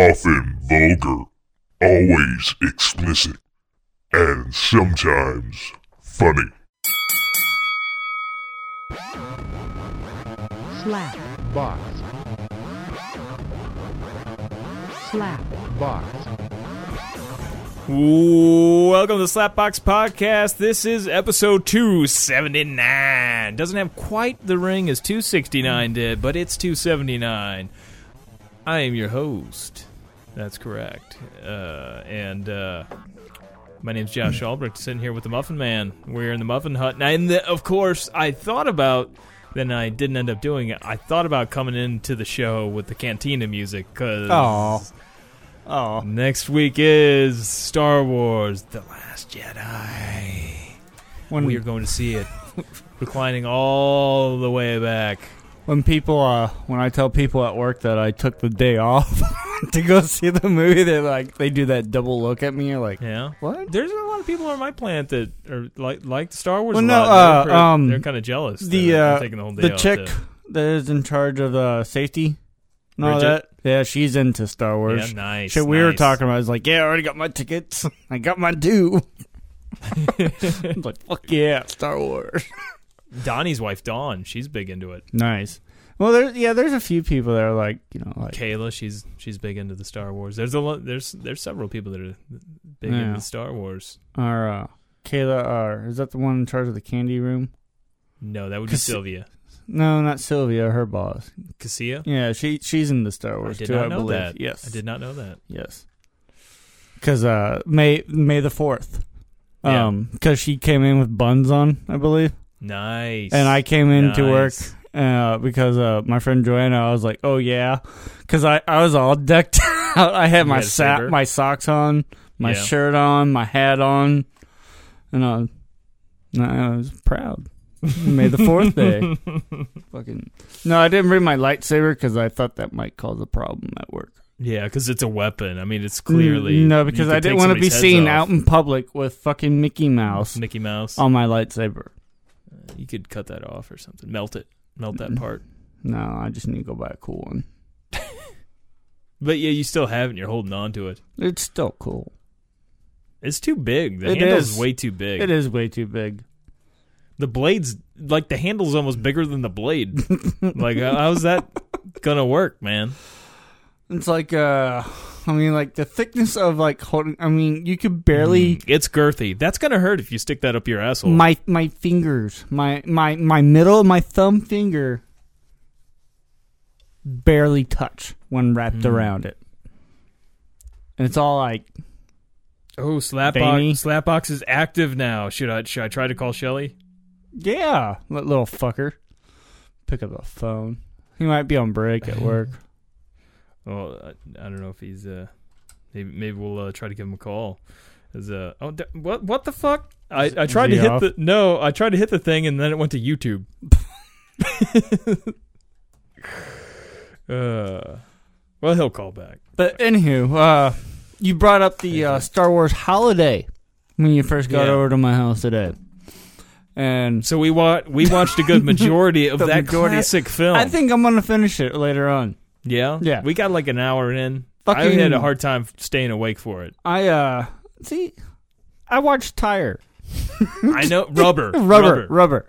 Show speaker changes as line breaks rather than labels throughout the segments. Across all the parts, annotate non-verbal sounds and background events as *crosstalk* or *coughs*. often vulgar, always explicit, and sometimes funny.
slap
box,
slap
box.
Welcome to Slapbox Podcast. This is episode 279. Doesn't have quite the ring as 269 did, but it's 279. I am your host. That's correct. Uh, and uh, my name's Josh Albrecht, sitting here with the Muffin Man. We're in the Muffin Hut. Now, and the, of course, I thought about, then I didn't end up doing it. I thought about coming into the show with the Cantina music because.
Oh, oh.
Next week is Star Wars The Last Jedi.
When
we are going to
*laughs*
see it reclining all the way back.
when people uh when I tell people at work that I took the day off *laughs* to go see the movie, they are like they do that double look at me. Like
Yeah.
what?
There's a lot of people on my planet that are like like Star Wars
Well,
a
no,
lot.
uh,
they're,
um,
kind of jealous. that
the,
I'm
uh,
taking the whole day
The
off
chick
to-
that is in charge of uh, safety. and all
Bridget?
that. Yeah, she's into Star Wars.
Yeah, nice.
Shit, we were
nice.
talking about. I was like, yeah, I already got my tickets. I got my due. *laughs* I'm like, fuck yeah, Star Wars.
Donnie's wife Dawn. She's big into it.
Nice. Well, there's yeah, there's a few people that are like, you know, like
Kayla, she's she's big into the Star Wars. There's a lot. There's there's several people that are big
Yeah.
into Star Wars.
our uh, Kayla R. Is that the one in charge of the candy room?
No, that would be
Cause-
Sylvia.
No, not Sylvia, her boss.
Cassia.
Yeah, she she's in the Star Wars
did
too.
not
I
know
believe.
that.
Yes,
I did not know that.
Yes, because uh, May May the fourth.
Yeah.
Um, because she came in with buns on, I believe,
Nice.
and I came in to work
Nice.
uh, because uh, my friend Joanna, I was like, oh yeah, because I, I was all decked *laughs* out. I had
You
my
had a
sa-
saber?
my socks on, my
Yeah.
shirt on, my hat on, and I was, and I was proud. May the
*laughs*
fourth day. Fucking no, I didn't bring my lightsaber because I thought that might cause a problem at work.
Yeah, because it's a weapon. I mean, it's clearly
no, because
you could
I didn't
take
want to be
somebody's heads
seen out um,
off.
in public with fucking Mickey Mouse
Mickey Mouse.
on my lightsaber.
You could cut that off or something. Melt it. Melt that part.
No, I just need to go buy a cool one.
But yeah, you still have it. and You're holding on to it.
It's still cool.
It's too big. The
It
handle's
is.
way too big.
It is way too big.
The blade's like the handle's almost bigger than the blade. like how- how's that gonna work, man?
It's like uh I mean like the thickness of like holding I mean you could barely
Mm, It's girthy. That's gonna hurt if you stick that up your asshole.
my my fingers, my my my middle of my thumb finger barely touch when wrapped
Mm.
around it. And it's all like
oh,
Veiny.
Slapbox. Slapbox is active now. Should I should I try to call Shelly?
Yeah, li- little fucker. Pick up the phone. He might be on
*laughs*
break at work.
Well, I, I don't know if he's uh, maybe maybe we'll uh, try to give him a call. Is uh oh d- what what the fuck? I, I tried
he
to hit
off?
the no, I tried to hit the thing and then it went to YouTube. *laughs* uh, well, he'll call back.
but anywho, uh, you brought up the uh, Star Wars holiday when you first got
Yeah.
over to my house today, and
So we wa- we watched a
*laughs*
good majority of
The
that
majority-
classic film.
I think I'm gonna finish it later on.
yeah,
Yeah.
We got like an hour in. I
Fucking-
had a hard time staying awake for it.
I uh, see, I watched Tire
I
*laughs*
know rubber,
Rubber Rubber.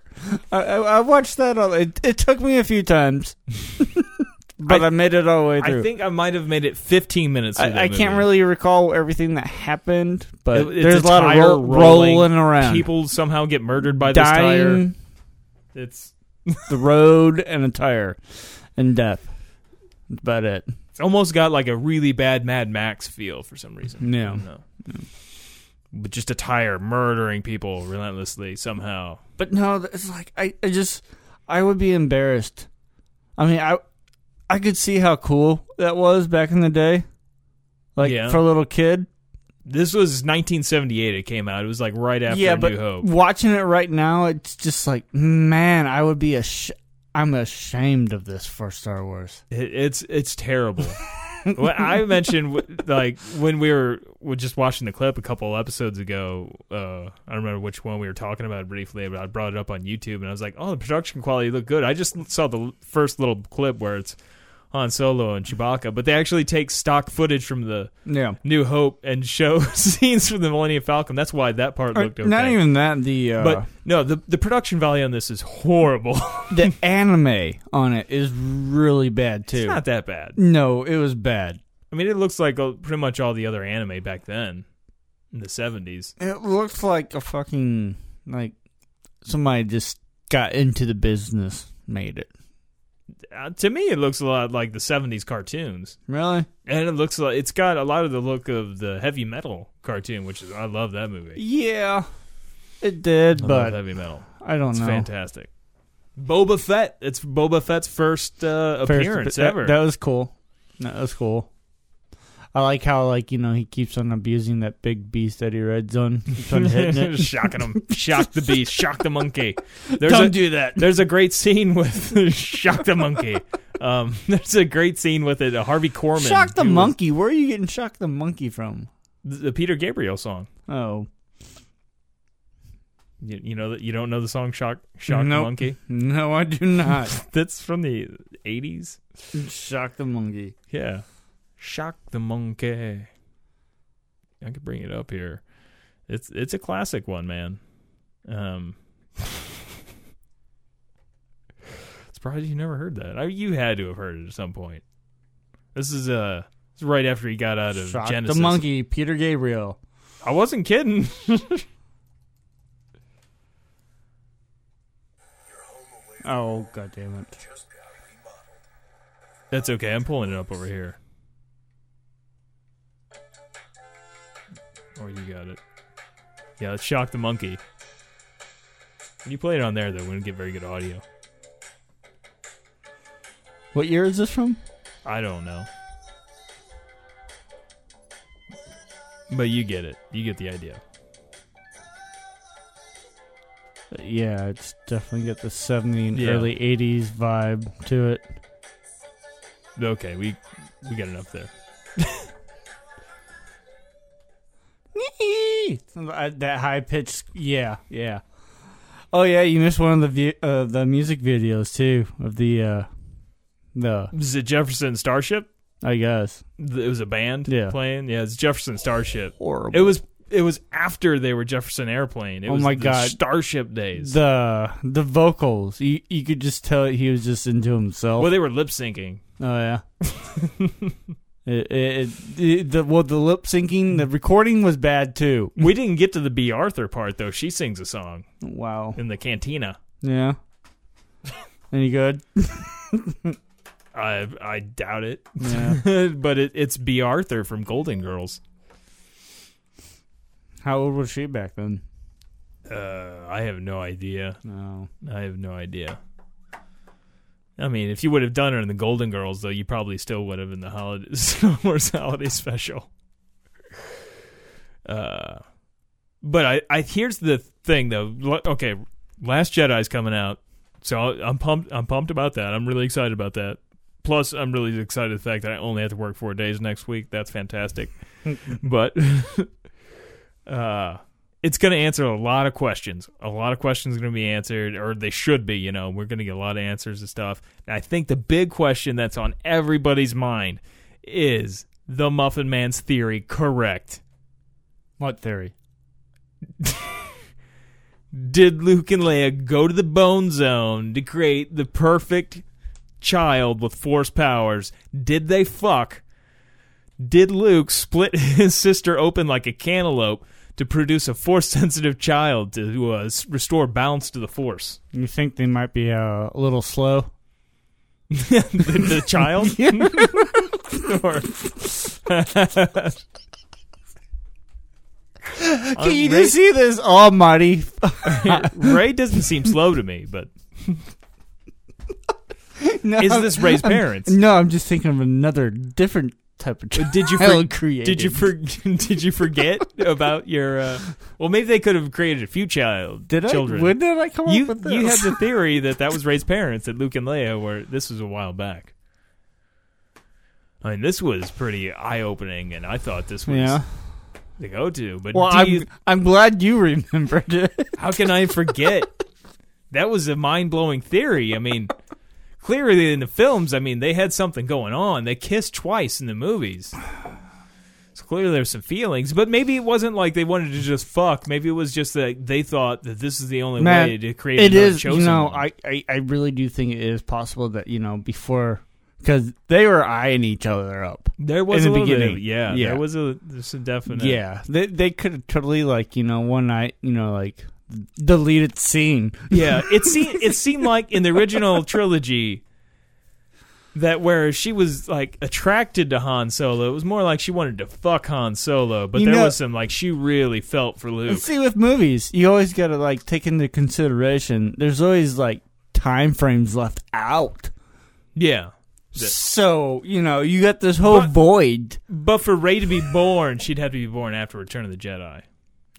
I, I, I watched that. All, it, it took me a few
*laughs*
times, but I, made it all the way through.
I think I might have made it 15 minutes. through that
I, I can't
movie.
really recall everything that happened, but
It- it's
there's a,
a
lot of
tire
ro-
rolling,
rolling around,
People somehow get murdered by this tire.
dying,
It's
the road, and a tire, and death. That's about it.
it's almost got like a really bad Mad Max feel for some reason.
Yeah.
I don't know. But just a tire murdering people relentlessly somehow.
But no, th- it's like I, I just, I would be embarrassed. I mean, I, I could see how cool that was back in the day, like
Yeah.
for a little kid.
This was 1978. It came out. It was like right after
yeah,
New
but
Hope.
watching it right now, it's just like, man, I would be a, I'm ashamed of this for Star Wars.
It, it's it's terrible. *laughs* Well, I mentioned w- like when we were, were just watching the clip a couple episodes ago. Uh, I don't remember which one we were talking about briefly, but I brought it up on YouTube and I was like, "Oh, the production quality looked good." I just saw the l- first little clip where it's Han Solo and Chewbacca, but they actually take stock footage from the
*laughs* Yeah.
New Hope and show *laughs* scenes from the Millennium Falcon. That's why that part
Or
looked okay.
Not even that. The uh,
but no, the the production value on this is horrible. *laughs*
the anime on it is really bad too.
it's not that bad.
no, it was bad.
I mean, it looks like uh, pretty much all the other anime back then in the 70s.
It looks like a fucking like somebody just got into the business, made it.
Uh, to me, it looks a lot like the 70s cartoons.
Really?
And it looks like it's got a lot of the look of the heavy metal cartoon, which is I love that movie.
Yeah, it did,
I love
but
heavy metal.
I don't
Oh, It's
know.
fantastic. Boba Fett. It's Boba Fett's first uh,
First-
appearance
that-
ever.
That was cool. That was cool. I like how like you know he keeps on abusing that big beast that he rides on.
*laughs*
Keeps on hitting it.
Shocking him. Shock the beast. Shock the
*laughs*
monkey. There's
Don't
a,
do that.
There's a great scene with *laughs* Shock the Monkey. Um, *laughs* there's a great scene with it. Uh, Harvey Korman.
Shock the
who was-
monkey. Where are you getting shock the monkey from?
The Peter Gabriel song.
Oh
You, you know that you don't know the song Shock Shock
Nope.
the Monkey.
no, I do
*laughs*
not.
That's from the 80s.
shock the monkey.
Yeah. Shock the Monkey. I could bring it up here. It's it's a classic one, man. Um *laughs* Surprised you never heard that. I, you had to have heard it at some point. This is uh it's right after he got out of
Shock
Genesis.
the monkey. Peter Gabriel.
I wasn't kidding.
Oh god damn it.
That's okay. I'm pulling it up over here. Or Oh, you got it. Yeah, let's shock the monkey. When you play it on there, though, we don't get very good audio.
What year is this from?
I don't know. But you get it. You get the idea.
Yeah, it's definitely got the 70 and
Yeah.
early 80s vibe to it.
Okay, we we got enough there.
I- that high pitched, yeah, yeah. Oh yeah, you missed one of the vi- uh, the music videos too of the uh the
Is it Jefferson Starship?
I guess
It was a band
Yeah.
playing. Yeah, it's Jefferson Starship.
horrible.
It was it was after they were Jefferson Airplane. It
Oh
was
my
the
God.
Starship days.
the the vocals. You you could just tell he was just into himself.
well, they were lip syncing.
Oh yeah. *laughs* it, it, it, the well the lip syncing the recording was bad too.
We didn't get to the B. Arthur part though. She sings a song
Wow.
in the cantina. *laughs*
Yeah. Any good?
I I doubt it, *laughs*
Yeah.
but it, it's B. Arthur from Golden Girls.
How old was she back then?
Uh, I have no idea.
No.
I have no idea. I mean, if you would have done her in the Golden Girls, though, you probably still would have in the holiday *laughs* Star Wars holiday special. Uh, but I, I here's the thing though. L- Okay, Last Jedi's coming out, so I- I'm pumped. I'm pumped about that. I'm really excited about that. Plus, I'm really excited the fact that I only have to work four days next week. That's fantastic. but *laughs* uh, it's going to answer a lot of questions. A lot of questions are going to be answered, or they should be. You know, we're going to get a lot of answers and stuff. And I think the big question that's on everybody's mind is the Muffin Man's theory correct?
What theory?
Did Luke and Leia go to the Bone Zone to create the perfect child with Force powers? Did they fuck? Did Luke split *laughs* his sister open like a cantaloupe to produce a Force sensitive child to uh, s- restore balance to the Force?
You think they might be uh, a little slow?
the, the child?
*laughs*
Or- Uh,
Can you
Ray, *laughs* uh,
just see this almighty? *laughs*
Ray doesn't seem slow to me, but
no,
is this Ray's parents? Uh,
No, Uh, I'm just thinking of another different type of child
Did you for-
create? created.
did you for, *laughs* did you forget about your? Uh, well, maybe they could have created a few child
Did
children.
I? When did I come
you
up with this?
you had
*laughs*
the theory that that was Ray's parents that Luke and Leia were. This was a while back. I mean, this was pretty eye opening, and I thought this was
yeah.
the go to. But
Well,
do
I'm
you-
I'm glad you remembered it. *laughs*
How can I forget? that was a mind blowing theory. I mean, clearly in the films, I mean, they had something going on. They kissed twice in the movies. So clearly there's some feelings, but maybe it wasn't like they wanted to just fuck. Maybe it was just that they thought that this is the only
Man,
way to create
It
another
is, you
chosen
know,
one.
I, I, I really do think it is possible that, you know, before, because they were eyeing each other up.
There was
in
a
the
little bit of-
beginning.
yeah,
Yeah.
There was a there's a definite.
Yeah, they they could have totally like you know one night you know like deleted scene. *laughs*
yeah. It seemed it seemed like in the original trilogy that where she was like attracted to Han Solo, it was more like she wanted to fuck Han Solo. But
You
there
know-
was some like she really felt for Luke.
And see with movies, you always got to like take into consideration. There's always like time frames left out.
Yeah. Yeah.
So you know you got this whole
But-
void.
But for Ray to be born, she'd have to be born after Return of the Jedi.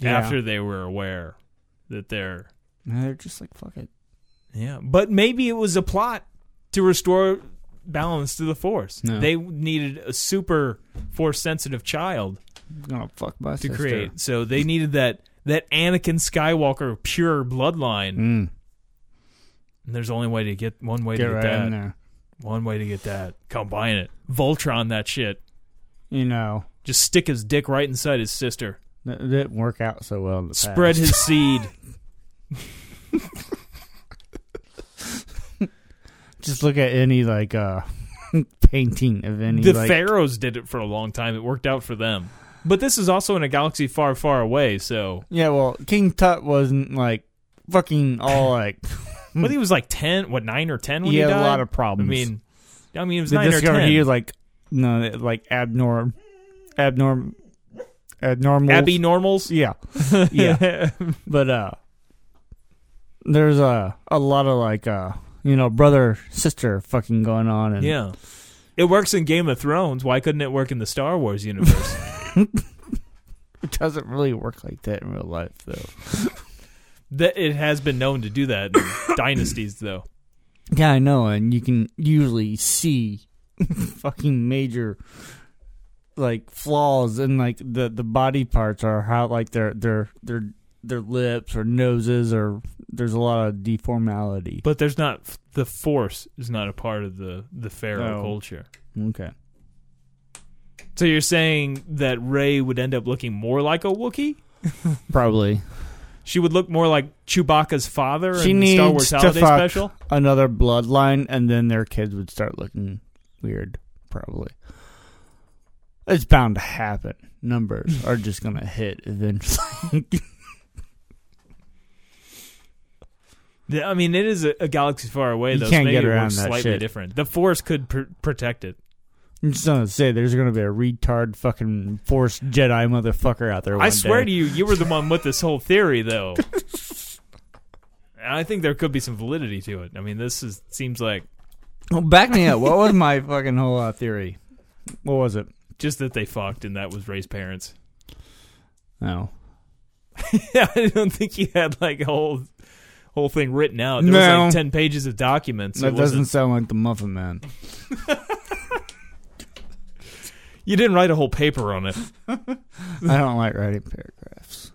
Yeah.
After they were aware that they're
And they're just like fuck it.
Yeah, but maybe it was a plot to restore balance to the Force.
No.
They needed a super force sensitive child
I'm gonna fuck my
to create. So they needed that that Anakin Skywalker pure bloodline.
Mm,
And there's only way to get one way
get
to get
right
that.
in there.
One way to get that. Combine it. Voltron that shit.
You know
Just stick his dick right inside his sister.
that that didn't work out so well. In the
Spread
past.
his
*laughs*
seed.
Just look at any like uh *laughs* painting of any
The
like,
pharaohs did it for a long time. It worked out for them. But this is also in a galaxy far, far away, so
Yeah, well, King Tut wasn't like fucking
*laughs*
all like.
But he was like ten, what nine or ten when
Hmm. he
he
had
died.
a lot of
I
problems.
mean, I mean, it was
they
nine or
discovered
ten.
he was like no, like abnorm, abnorm, abnormal.
Abby normals. *laughs*
yeah, *laughs* yeah. but uh, there's a a lot of like uh, you know, brother sister fucking going on, and
yeah. It works in Game of Thrones. Why couldn't it work in the Star Wars
*laughs*
universe?
it doesn't really work like that in real life though.
that it has been known to do that
*coughs*
in dynasties, though.
Yeah, I know, and you can usually see *laughs* fucking major like flaws in like the the body parts or how like their their their their lips or noses or there's a lot of deformality.
But there's not the Force is not a part of the the Pharaoh
No.
culture.
Okay.
So you're saying that Ray would end up looking more like a Wookiee?
Probably.
She would look more like Chewbacca's father
She
in the
needs
Star Wars
to
Holiday
fuck
Special.
another bloodline and then their kids would start looking weird probably. It's bound to happen. Numbers are just going to hit eventually.
The- I mean, it is a, a galaxy far away,
You
though.
can't
so maybe
get
it
around
works
that
slightly
shit.
different. The Force could pr- protect it.
I'm just gonna say there's gonna be a retard fucking force Jedi motherfucker out there.
I swear to you, you were the one with this whole theory,
*laughs*
though. And I think there could be some validity to it. I mean, this is seems like
you. back me up. What was my fucking whole uh, theory? What was it?
just that they fucked and that was Ray's parents. *laughs*
No.
Yeah, I don't think he had like a whole whole thing written out. There
No.
was like ten pages of documents. It
that doesn't
wasn't-
sound like the Muffin Man.
You didn't write a whole paper on it, *laughs*
I don't like writing paragraphs.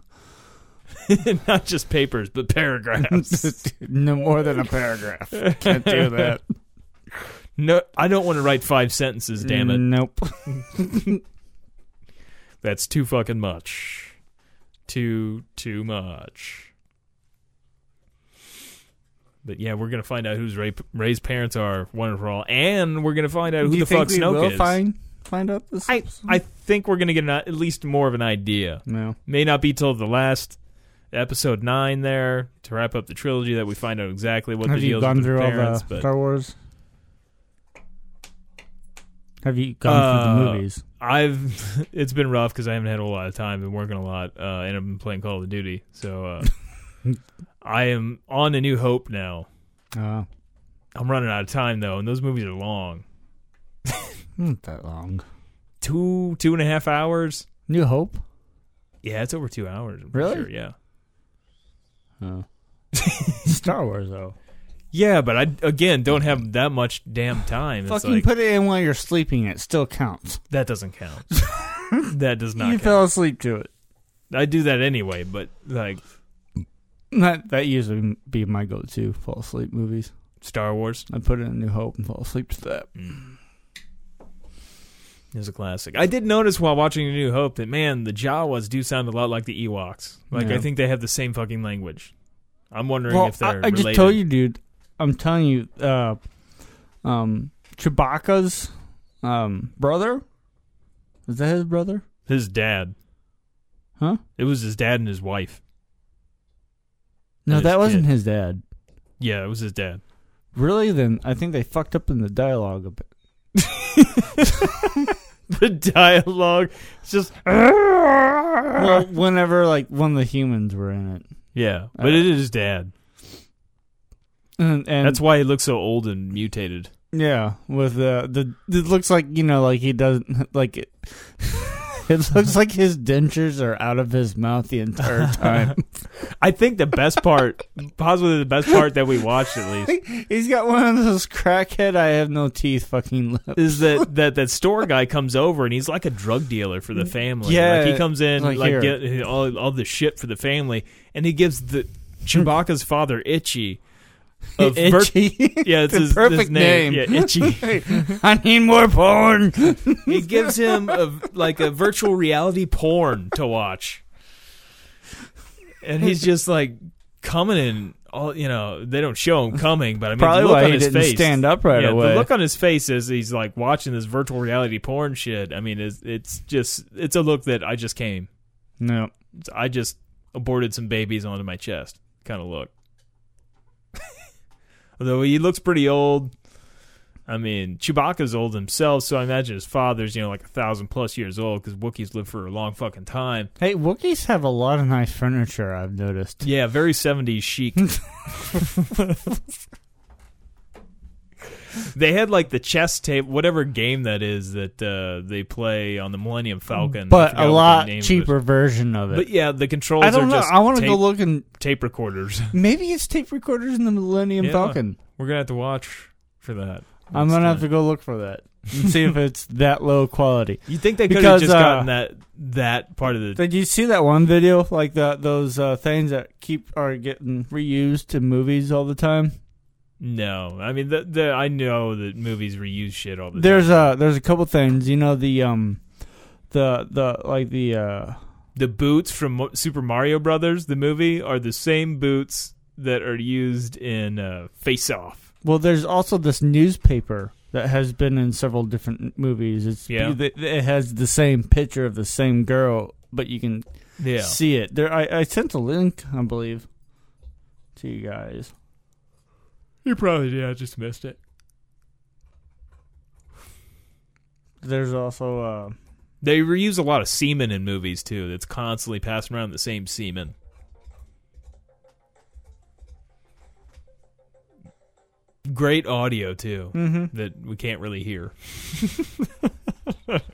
not just papers, but
*laughs*
paragraphs.
*laughs* no more than a paragraph. Can't do that.
no, I don't want to write five sentences. Damn it.
Nope.
That's too fucking much. Too too much. But yeah, we're gonna find out who's Ray, Ray's parents are one and for all, and we're gonna find out who
do you
the
think
fuck
we
Snoke
will
is.
find find out this?
I I think we're gonna get an, at least more of an idea.
no.
May not be till the last episode nine there to wrap up the trilogy that we find out exactly what
Have
the
you
deals
gone
with
through
the
all
parents.
the
but
Star Wars? Have you gone through the
Uh,
movies?
I've *laughs* it's been rough because I haven't had a whole lot of time. Been working a lot, uh, and I've been playing Call of Duty. So
*laughs*
uh, I am on a New Hope now.
Uh,
I'm running out of time though, and those movies are long
not that long.
two two and a half hours.
New Hope.
Yeah, it's over two hours. I'm pretty
Really?
Sure, yeah.
Oh. *laughs* Star Wars though.
Yeah, but I again don't have that much damn time. It's
Fucking *laughs*
like,
put it in while you're sleeping. It still counts.
that doesn't
*laughs*
count. that does not
you
count.
fell asleep to it.
I do that anyway, but like
That that usually be my go-to fall asleep movies.
Star Wars
I put in a new hope and fall asleep to that.
is a classic. I did notice while watching A New Hope that man, the Jawas do sound a lot like the Ewoks. Like I
Yeah.
think they have the same fucking language. I'm wondering
Well,
if they're
I, I
related.
just told you, dude. I'm telling you, uh, um, Chewbacca's um, brother. Is that his brother?
his dad.
Huh?
It was his dad and his wife.
No,
His
that wasn't
kid.
his dad.
Yeah, it was his dad.
Really? Then I think they fucked up in the dialogue a bit.
*laughs* The dialogue, it's just *laughs*
Well, whenever like one of the humans were in it,
yeah, but it is his dad.
and, Uh, and
That's why he looks so old and mutated.
Yeah, with uh, the it looks like you know, like he doesn't *laughs* like it. it looks like his dentures are out of his mouth
*laughs*
the entire time.
I think the best part,
*laughs*
possibly the best part that we watched at least,
He's got one of those crackhead I have no teeth fucking lips.
is that that that store guy comes over and he's like a drug dealer for the family.
Mm. Yeah,
like he comes in like,
like here.
get all all the shit for the family, and he gives the Chewbacca's father
*laughs*
Itchy. a ver- *laughs*
Itchy.
yeah, it's
The
his, his
perfect
name.
name.
Yeah, Itchy.
*laughs* I need more porn.
*laughs* He gives him a, like a virtual reality porn to watch, and he's just like coming in. All you know, they don't show him coming, but I mean,
Probably
the look
why
on
he
his
didn't
face,
stand up right
yeah,
away.
The look on his face as he's like watching this virtual reality porn shit. I mean, it's, it's just it's a look that I just came.
no,
It's- I just aborted some babies onto my chest kind of look. *laughs* Although he looks pretty old. I mean, Chewbacca's old himself, so I imagine his father's you know like a thousand plus years old because Wookiees live for a long fucking time.
hey, Wookiees have a lot of nice furniture. I've noticed.
Yeah, very seventies *laughs* chic. they had like the chess tape, whatever game that is that uh, they play on the Millennium Falcon, I
But
forgot
a
what the
lot
name of it-
cheaper version of
But
it.
yeah, the controls
I don't
are
know.
just
I want to
tape,
go look and
tape recorders.
maybe it's tape recorders in the Millennium
Yeah.
Falcon.
We're gonna have to watch for that.
I'm
next
gonna have to
time.
go look for that and see if it's that low quality.
You think they could have
Because,
just
uh,
gotten that that part of the?
Did you see that one video like the those uh, things that keep are getting reused in movies all the time?
No, I mean the, the I know that movies reuse shit all the
There's
time.
a there's a couple things. You know the um the the like the uh
the boots from Mo- Super Mario Brothers the movie are the same boots that are used in uh, Face Off.
well there's also this newspaper that has been in several different movies. It's
Yeah.
it, it has the same picture of the same girl, but you can
Yeah,
see it. There I, I sent a link, I believe, to you guys.
you probably did. I just missed it.
There's also uh
They reuse a lot of semen in movies too. That's constantly passing around the same semen. Great audio too that we can't really hear.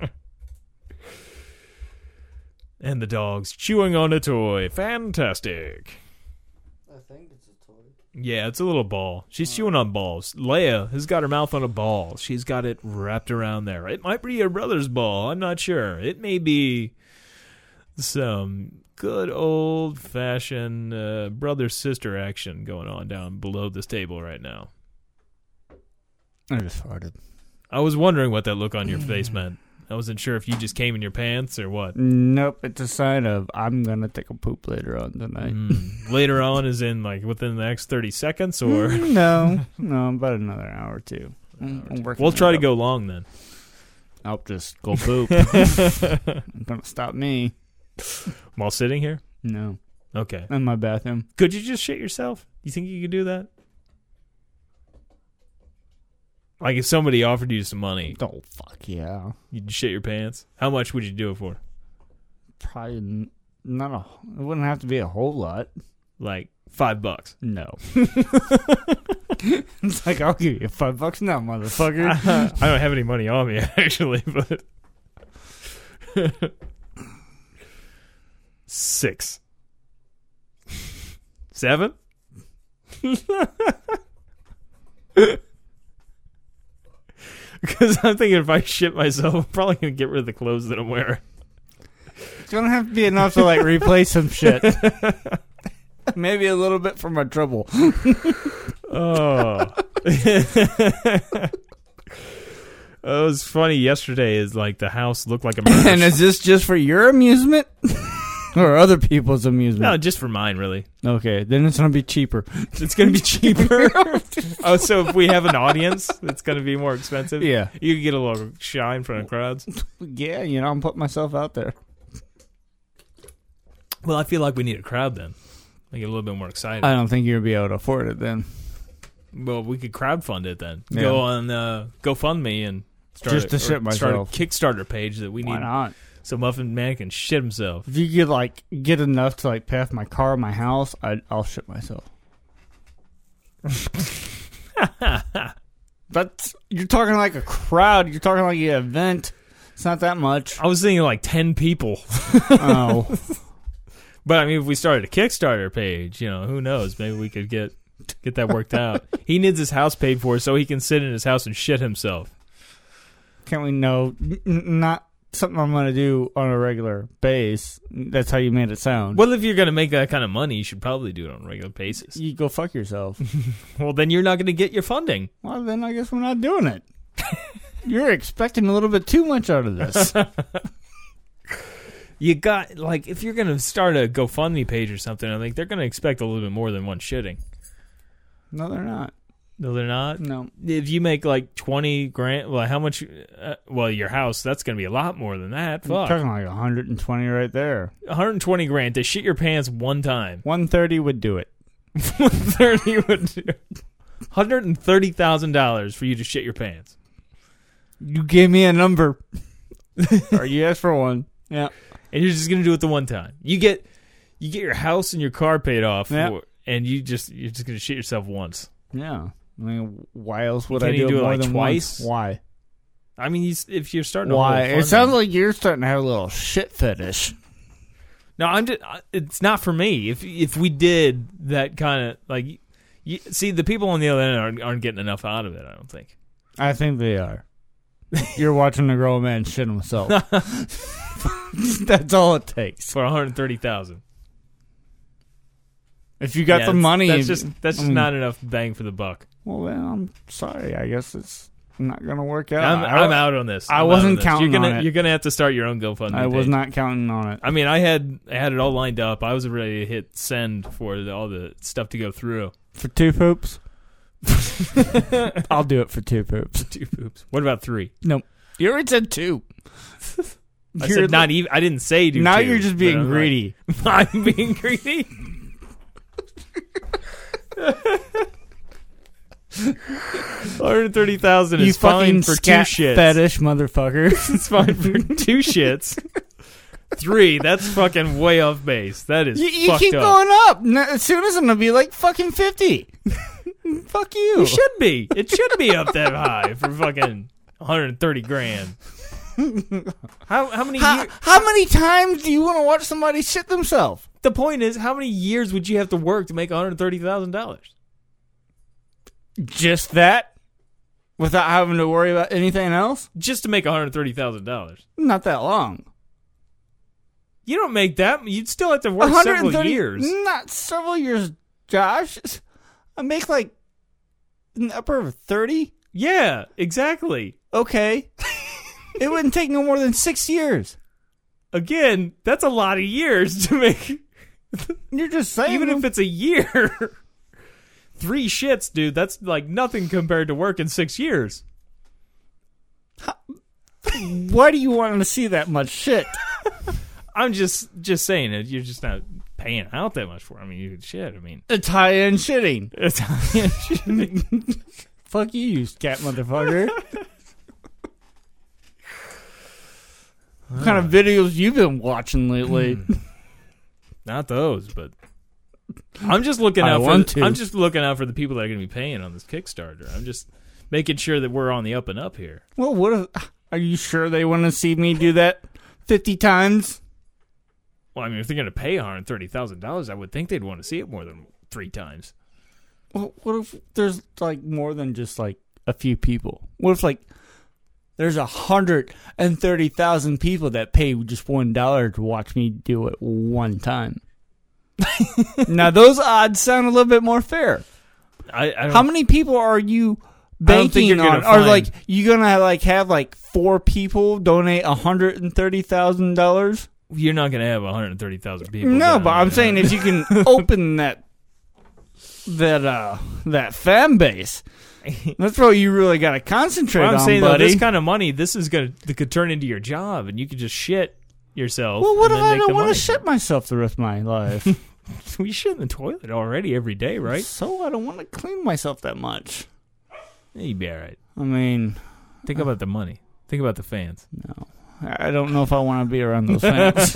*laughs* and the dogs chewing on a toy. Fantastic.
I think it's a toy.
Yeah, it's a little ball.
Hmm.
She's chewing on balls. Leia has got her mouth on a ball. She's got it wrapped around there. It might be her brother's ball. I'm not sure. It may be some good old fashioned uh, brother sister action going on down below this table right now.
I just farted.
I was wondering what that look on your face
Hmm.
meant. I wasn't sure if you just came in your pants or what.
Nope, it's a sign of I'm gonna take a poop later on tonight.
Mm. Later on, is in like within the next 30 seconds, *laughs* or
Mm, no, no, about another hour or two. Mm, I'm working
we'll
it
try to
up.
go long
*laughs*
then.
I'll just *laughs* go poop. Don't stop me.
While sitting here?
No,
Okay.
in my bathroom.
Could you just shit yourself? You think you could do that? Like if somebody offered you some money,
Oh fuck yeah!
you'd shit your pants. How much would you do it for?
Probably n- not a. It wouldn't have to be a whole lot.
Like five bucks. *laughs*
No. it's like I'll give you five bucks now, motherfucker.
I *laughs* don't have any money on me *laughs* actually, but six, seven. *laughs* Because I'm thinking if I shit myself, I'm probably gonna get rid of the clothes that I'm wearing.
It's gonna have to be enough to like replace some
*laughs*
shit. Maybe a little bit for my trouble.
Oh, *laughs* It was funny yesterday. Is like the house looked *laughs* like a murder.
*laughs* and is this just for
*laughs*
your amusement or other people's
no,
amusement?
just for mine, *laughs* really.
Okay, then it's gonna be cheaper.
It's gonna be cheaper. oh, so if we have an audience, it's gonna be more expensive.
*laughs* Yeah.
you can get a little shy in front of crowds.
Yeah, you know, I'm putting myself out there.
Well, I feel like we need a crowd then. Make it a little bit more exciting.
I don't think you'll be able to afford it then.
well, we could crowdfund it then.
Yeah.
Go on uh, GoFundMe and start
Just
a,
to shit
or start a
myself.
Kickstarter page that we
Why
need
not?
so Muffin Man can shit himself.
If you could like get enough to like pay off my car, my house, I, I'll shit myself. That's you're talking like a crowd. You're talking like an event. It's not
*laughs*
that much.
I was thinking like ten people,
Oh,
but I mean, if we started a Kickstarter page, you know, who knows? Maybe we could get get that worked out. He needs his house paid for so he can sit in his house and shit himself.
can we know? N- n- not something I'm gonna do on a regular base. That's how you made it sound.
Well, if you're going to make that kind of money, you should probably do it on a regular basis.
You go fuck yourself.
Well, then you're not going to get your funding.
well, then I guess we're not doing it. *laughs* You're expecting a little bit too much out of this.
You got like if you're going to start a GoFundMe page or something, I think they're going to expect a little bit more than one shitting.
no, they're not.
No, they're not.
No.
If you make like twenty grand, well, how much? Uh, well, your house that's going to be a lot more than that.
You're
Fuck,
talking like 120 right there.
one hundred twenty grand to shit your pants one time.
130 would do it.
One thirty would do. One hundred and thirty thousand dollars for you to shit your pants.
You gave me a number. *laughs* or you asked for one. Yeah.
and you're just gonna do it the one time. You get you get your house and your car paid off,
Yeah.
for- and you just you're just gonna shit yourself once.
Yeah. I mean, why else would
Can
I
you
do,
do it,
it more
like,
than
twice?
once? Why?
I mean, you, s- if you're starting,
Why?
A whole
It sounds
fund-
like you're starting to have a little shit fetish.
no. I'm just I- it's not for me. If if we did that kind of like, you, see, the people on the other end aren't, aren't getting enough out of it. I don't think.
I think they *laughs* are. You're watching a grown man shit *laughs* himself. That's all it takes.
For 130,000.
If you got
Yeah,
the
it's-
money,
That's just that's just
Mm.
not enough bang for the buck.
well, then I'm sorry. I guess it's not gonna work out.
I'm,
I-
I'm out on this.
I
I'm out on
wasn't
this.
counting
You're gonna
on it.
you're gonna have to start your own GoFundMe.
I was
page.
not counting on it.
I mean, I had I had it all lined up. I was ready to hit send for the, all the stuff to go through.
For two *laughs* poops? I'll do it for two poops.
Two poops. What about three?
You already said two.
I
You're
said not even. I didn't say. Do
now
two,
you're just
but
being
I'm like,
greedy.
*laughs* I'm being
*laughs*
greedy. Hundred thirty thousand
you
is fine
fucking
for two
scat
shits.
fetish motherfucker.
It's *laughs* fine
*laughs*
for two shits. Three. That's fucking way off base. That is
you you
fucked
keep
up.
going up. No, As soon as I'm gonna be like fucking
*laughs*
fifty. Fuck you.
It should be. It should be up that high for fucking 130 grand. How how many?
how,
year-
how many times do you want to watch somebody shit themselves?
the point is, how many years would you have to work to make 130 thousand dollars?
Just that, without having to worry about anything else.
Just to make 130 thousand dollars?
Not that long.
You don't make that. You'd still have to work several
130
years.
Not several years, Josh. I make like an upper of 30.
Yeah, exactly.
Okay. *laughs* it wouldn't take no more than six years.
Again, that's a lot of years to make.
You're just saying.
Even if it's a year, *laughs* three shits, dude. That's like nothing compared to working six years.
Why do you want to see that much shit?
I'm just just saying it. You're just not paying out that much for. It. I mean, you could shit. I mean,
It's high end shitting.
it's
Fuck you, you scat motherfucker. what kind of videos you been watching lately?
*laughs* Hmm. not those, but I'm just looking
I
out
want
for.
to.
The, I'm just looking out for the people that are going to be paying on this Kickstarter. I'm just making sure that we're on the up and up here.
well, what if, are you sure they want to see me do that 50 times?
Well, I mean, if they're going to pay 130 thousand dollars, I would think they'd want to see it more than three times.
Well, what if there's like more than just like a few people? What if like there's a hundred and thirty thousand people that pay just one dollar to watch me do it
*laughs*
one time? now those odds sound a little bit more fair.
I, I don't,
How many people are you
don't think
banking
you're
on?
gonna
Are
find-
like you gonna like have like four people donate hundred and thirty thousand dollars?
you're not going to have 130,000 people. Oh.
No,
down
but I'm
there. *laughs*
saying if you can open that that uh that
*laughs*
fan base, that's what you really gotta concentrate
Well, I'm
on,
saying though,
buddy.
this kind of money, this is going to could turn into your job, and you could just shit yourself.
well, what
and
if
then
I
make
don't
the
want
money?
to shit myself the rest of
*laughs*
my life?
We shit in the toilet already every day, right?
So I don't want to clean myself that much.
You'd be all right.
I mean,
Think about the money. Think about the fans.
no, I I don't know if I want to be around
*laughs*
those fans.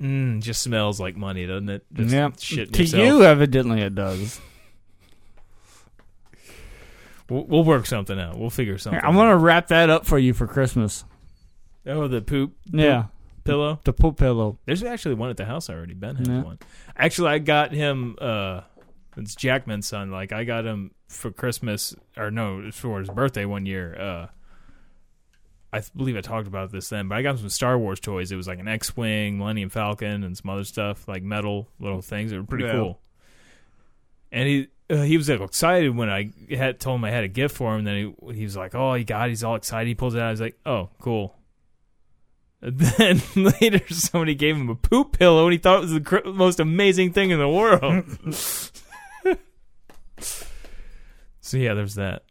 Mm, just smells like money, doesn't it? Just
yeah,
shitting
to
yourself.
you, evidently it does.
We'll, we'll work something out. We'll figure something.
Here, I'm
out.
gonna wrap that up for you for Christmas.
Oh, the poop
Yeah,
pillow.
the poop pillow.
There's actually one at the house already. Ben has
Yeah.
one. Actually, I got him. uh It's Jackman's son. Like I got him for Christmas, or no, for his birthday one year. uh I th- believe I talked about this then, but I got him some Star Wars toys. It was like an X-wing, Millennium Falcon, and some other stuff like metal little things. They were pretty
Yeah.
cool. And he. Uh, he was like, excited when I had told him I had a gift for him. Then he, he was like, "Oh, he got." it." He's all excited. He pulls it out. I was like, "Oh, cool." And *laughs* then later, somebody gave him a poop pillow, and he thought it was the cr- most amazing thing in the world. so yeah, there's that.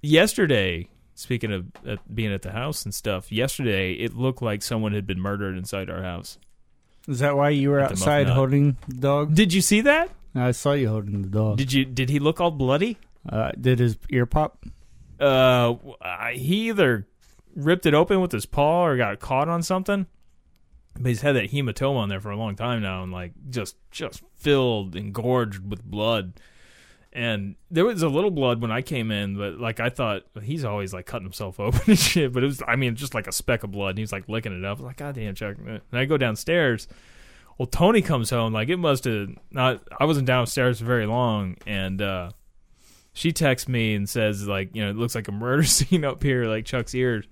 Yesterday, speaking of uh, being at the house and stuff, yesterday it looked like someone had been murdered inside our house.
Is that why you were
Hit them up
outside
now.
holding the dog?
Did you see that?
I saw you holding the dog. Did,
Did you? Did he look all bloody?
uh, did his ear pop? *laughs*
Uh, w- I- he either ripped it open with his paw or got caught on something. But he's had that hematoma on there for a long time now, and like just just filled and gorged with blood. And there was a little blood when I came in, but like I thought he's always like cutting himself *laughs* open and shit. But it was, I mean, just like a speck of blood. And he was like licking it up. I was like, God damn, Chuck. And I go downstairs. Well, Tony comes home. Like it must have not. I wasn't downstairs for very long, and uh she texts me and says like you know it looks like a murder *laughs* scene up here like chuck's ears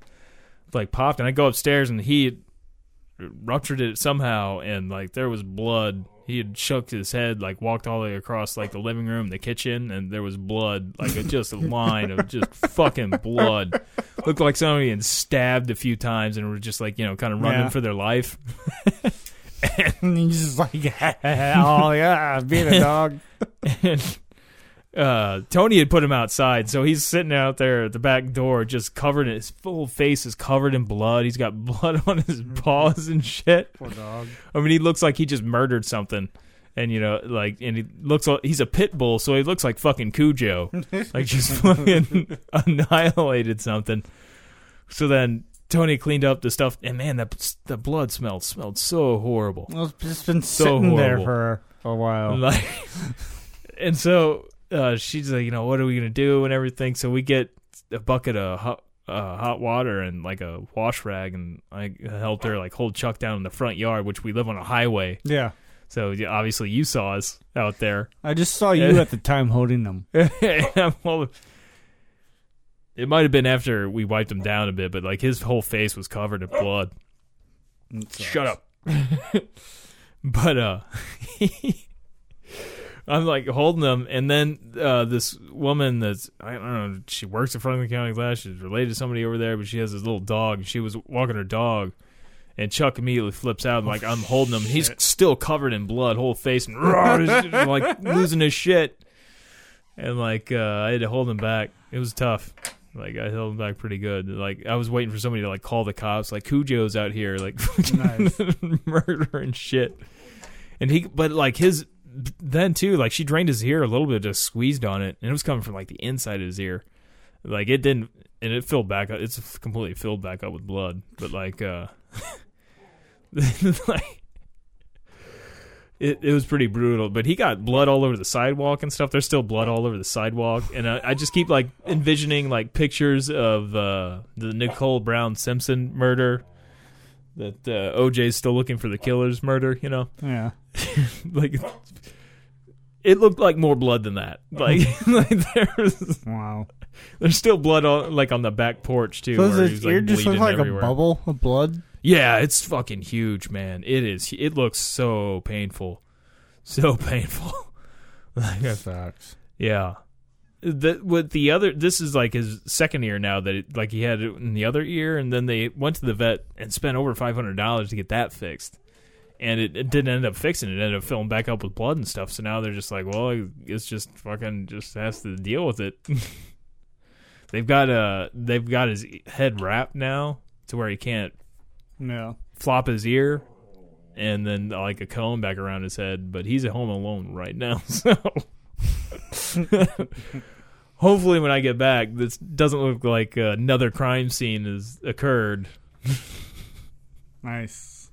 like popped and i go upstairs and he had ruptured it somehow and like there was blood he had shook his head like walked all the way across like the living room the kitchen and there was blood like it just a line of just fucking blood looked like somebody had stabbed a few times and were just like you know kind of running
Yeah.
for their life *laughs*
and he's just like, oh *laughs* yeah, being a dog.
and uh, Tony had put him outside, so he's sitting out there at the back door, just covered in his full face is covered in blood. He's got *laughs* blood on his paws and shit.
*laughs* Poor dog.
I mean, he looks like he just murdered something, and you know, like, and he looks like he's a pit bull, so he looks like fucking Cujo, like just fucking *laughs* annihilated something. So then Tony cleaned up the stuff, and man, that the blood smell smelled so horrible.
Well, it's just been
So
sitting there
horrible.
for
*laughs*
a while.
Like, and so uh, she's like, you know, what are we gonna do and everything. So we get a bucket of hot, uh, hot water and like a wash rag, and I helped her like hold Chuck down in the front yard, which we live on a highway.
Yeah,
So yeah, obviously you saw us out there. *laughs*
I just saw you at the time holding them.
Well, it might have been after we wiped him down a bit, but like his whole face was covered in blood. Shut up. *laughs* but uh *laughs* I'm like holding them and then uh this woman that's I don't know, she works in front of the county glass, she's related to somebody over there, but she has this little dog and she was walking her dog and Chuck immediately flips out like I'm holding him and he's still covered in blood, whole face and *laughs* roar, he's just, like losing his shit. And like uh I had to hold him back. It was tough. Like I held him back pretty good. Like I was waiting for somebody to like call the cops. Like Cujo's out here, like *laughs*
Nice.
murder and shit. And he, but like his, then too, like she drained his ear a little bit, just squeezed on it, and it was coming from like the inside of his ear. Like it didn't, and it filled back up. It's completely filled back up with blood. But like, uh, *laughs* like. It, it was pretty brutal, but he got blood all over the sidewalk and stuff. There's still blood all over the sidewalk, and I, I just keep like envisioning like pictures of uh, the Nicole Brown Simpson murder that uh, OJ's still looking for the killer's murder, you know? *laughs*
Yeah.
Like it looked like more blood than that. Like, *laughs* like there's
Wow.
there's still blood on like on the back porch too.
So
where
his
he's,
ear
like,
just looks
bleeding
like
everywhere.
a bubble of blood.
Yeah, it's fucking huge, man. It is. It looks so painful, so *laughs* painful. like, I-
Sucks.
yeah. The, with the other, this is like his second ear now that it, like he had it in the other ear, and then they went to the vet and spent over five hundred dollars to get that fixed, and it, it didn't end up fixing it. it. Ended up filling back up with blood and stuff. So now they're just like, well, it's just fucking just has to deal with it. *laughs* they've got uh they've got his head wrapped now to where he can't
No.
flop his ear and then like a cone back around his head, but he's at home alone right now, *laughs* so hopefully when I get back, this doesn't look like another crime scene has occurred.
Nice.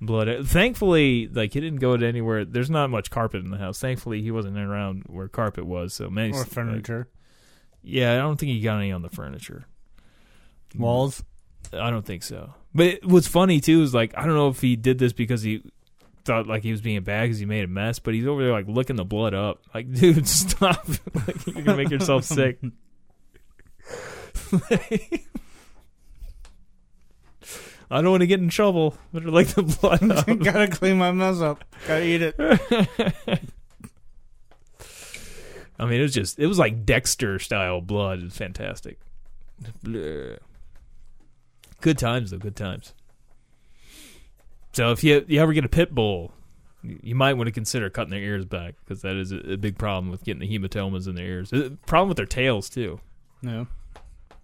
Blood. uh, Thankfully, like he didn't go to anywhere. There's not much carpet in the house. Thankfully, he wasn't around where carpet was. So many
Or
like- *laughs*
furniture.
yeah, I don't think he got any on the furniture.
Walls. *laughs*
I don't think so. But it, what's funny too is like I don't know if he did this because he thought like he was being bad because he made a mess, but he's over there like licking the blood up. Like, *laughs* dude, stop! like, you're gonna make yourself sick. *laughs* I don't want to get in trouble. Better lick the blood up.
Gotta clean my mess up. Gotta eat *laughs* it.
I mean, it was just it was like Dexter style blood. It's fantastic. Bleh. Good times though, good times. So if you you ever get a pit bull, you you might want to consider cutting their ears back because that is a, a big problem with getting the hematomas in their ears. Uh, problem with their tails too.
No.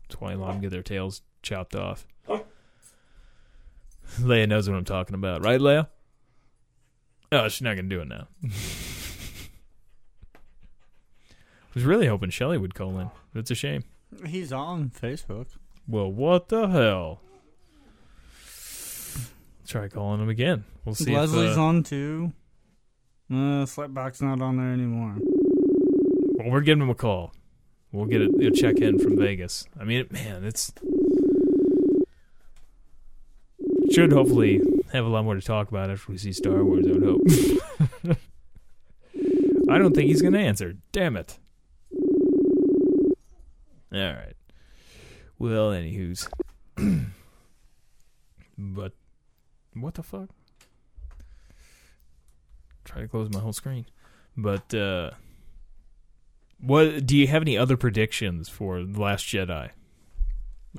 That's why a lot of them get their tails chopped off. Leia knows what I'm talking about, right, Leia? Oh, she's not gonna do it now. *laughs* I was really hoping Shelly would call in. That's a shame.
He's on Facebook.
Well, what the hell? Try calling him again. We'll see.
Leslie's
if, uh,
on too. Uh, Slapbox not on there anymore.
Well, we're giving him a call. We'll get a, a check in from Vegas. I mean, man, it's should hopefully have a lot more to talk about after we see Star Wars. I would hope. *laughs* I don't think he's going to answer. Damn it! All right. Well, anywho's, *clears throat* but what the fuck? Try to close my whole screen, but. uh what do you have any other predictions for The Last Jedi?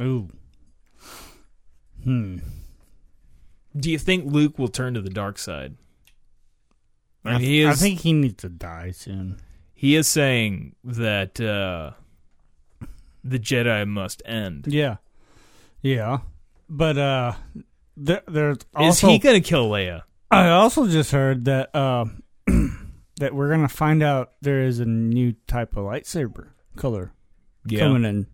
Ooh. Hmm.
Do you think Luke will turn to the dark side? I mean,
I,
he
I
is-
think he needs to die soon.
He is saying that uh, the Jedi must end.
Yeah. Yeah. But uh there there's
Is
also
he going to kill Leia?
I also just heard that uh *clears throat* that we're gonna find out there is a new type of lightsaber color coming in.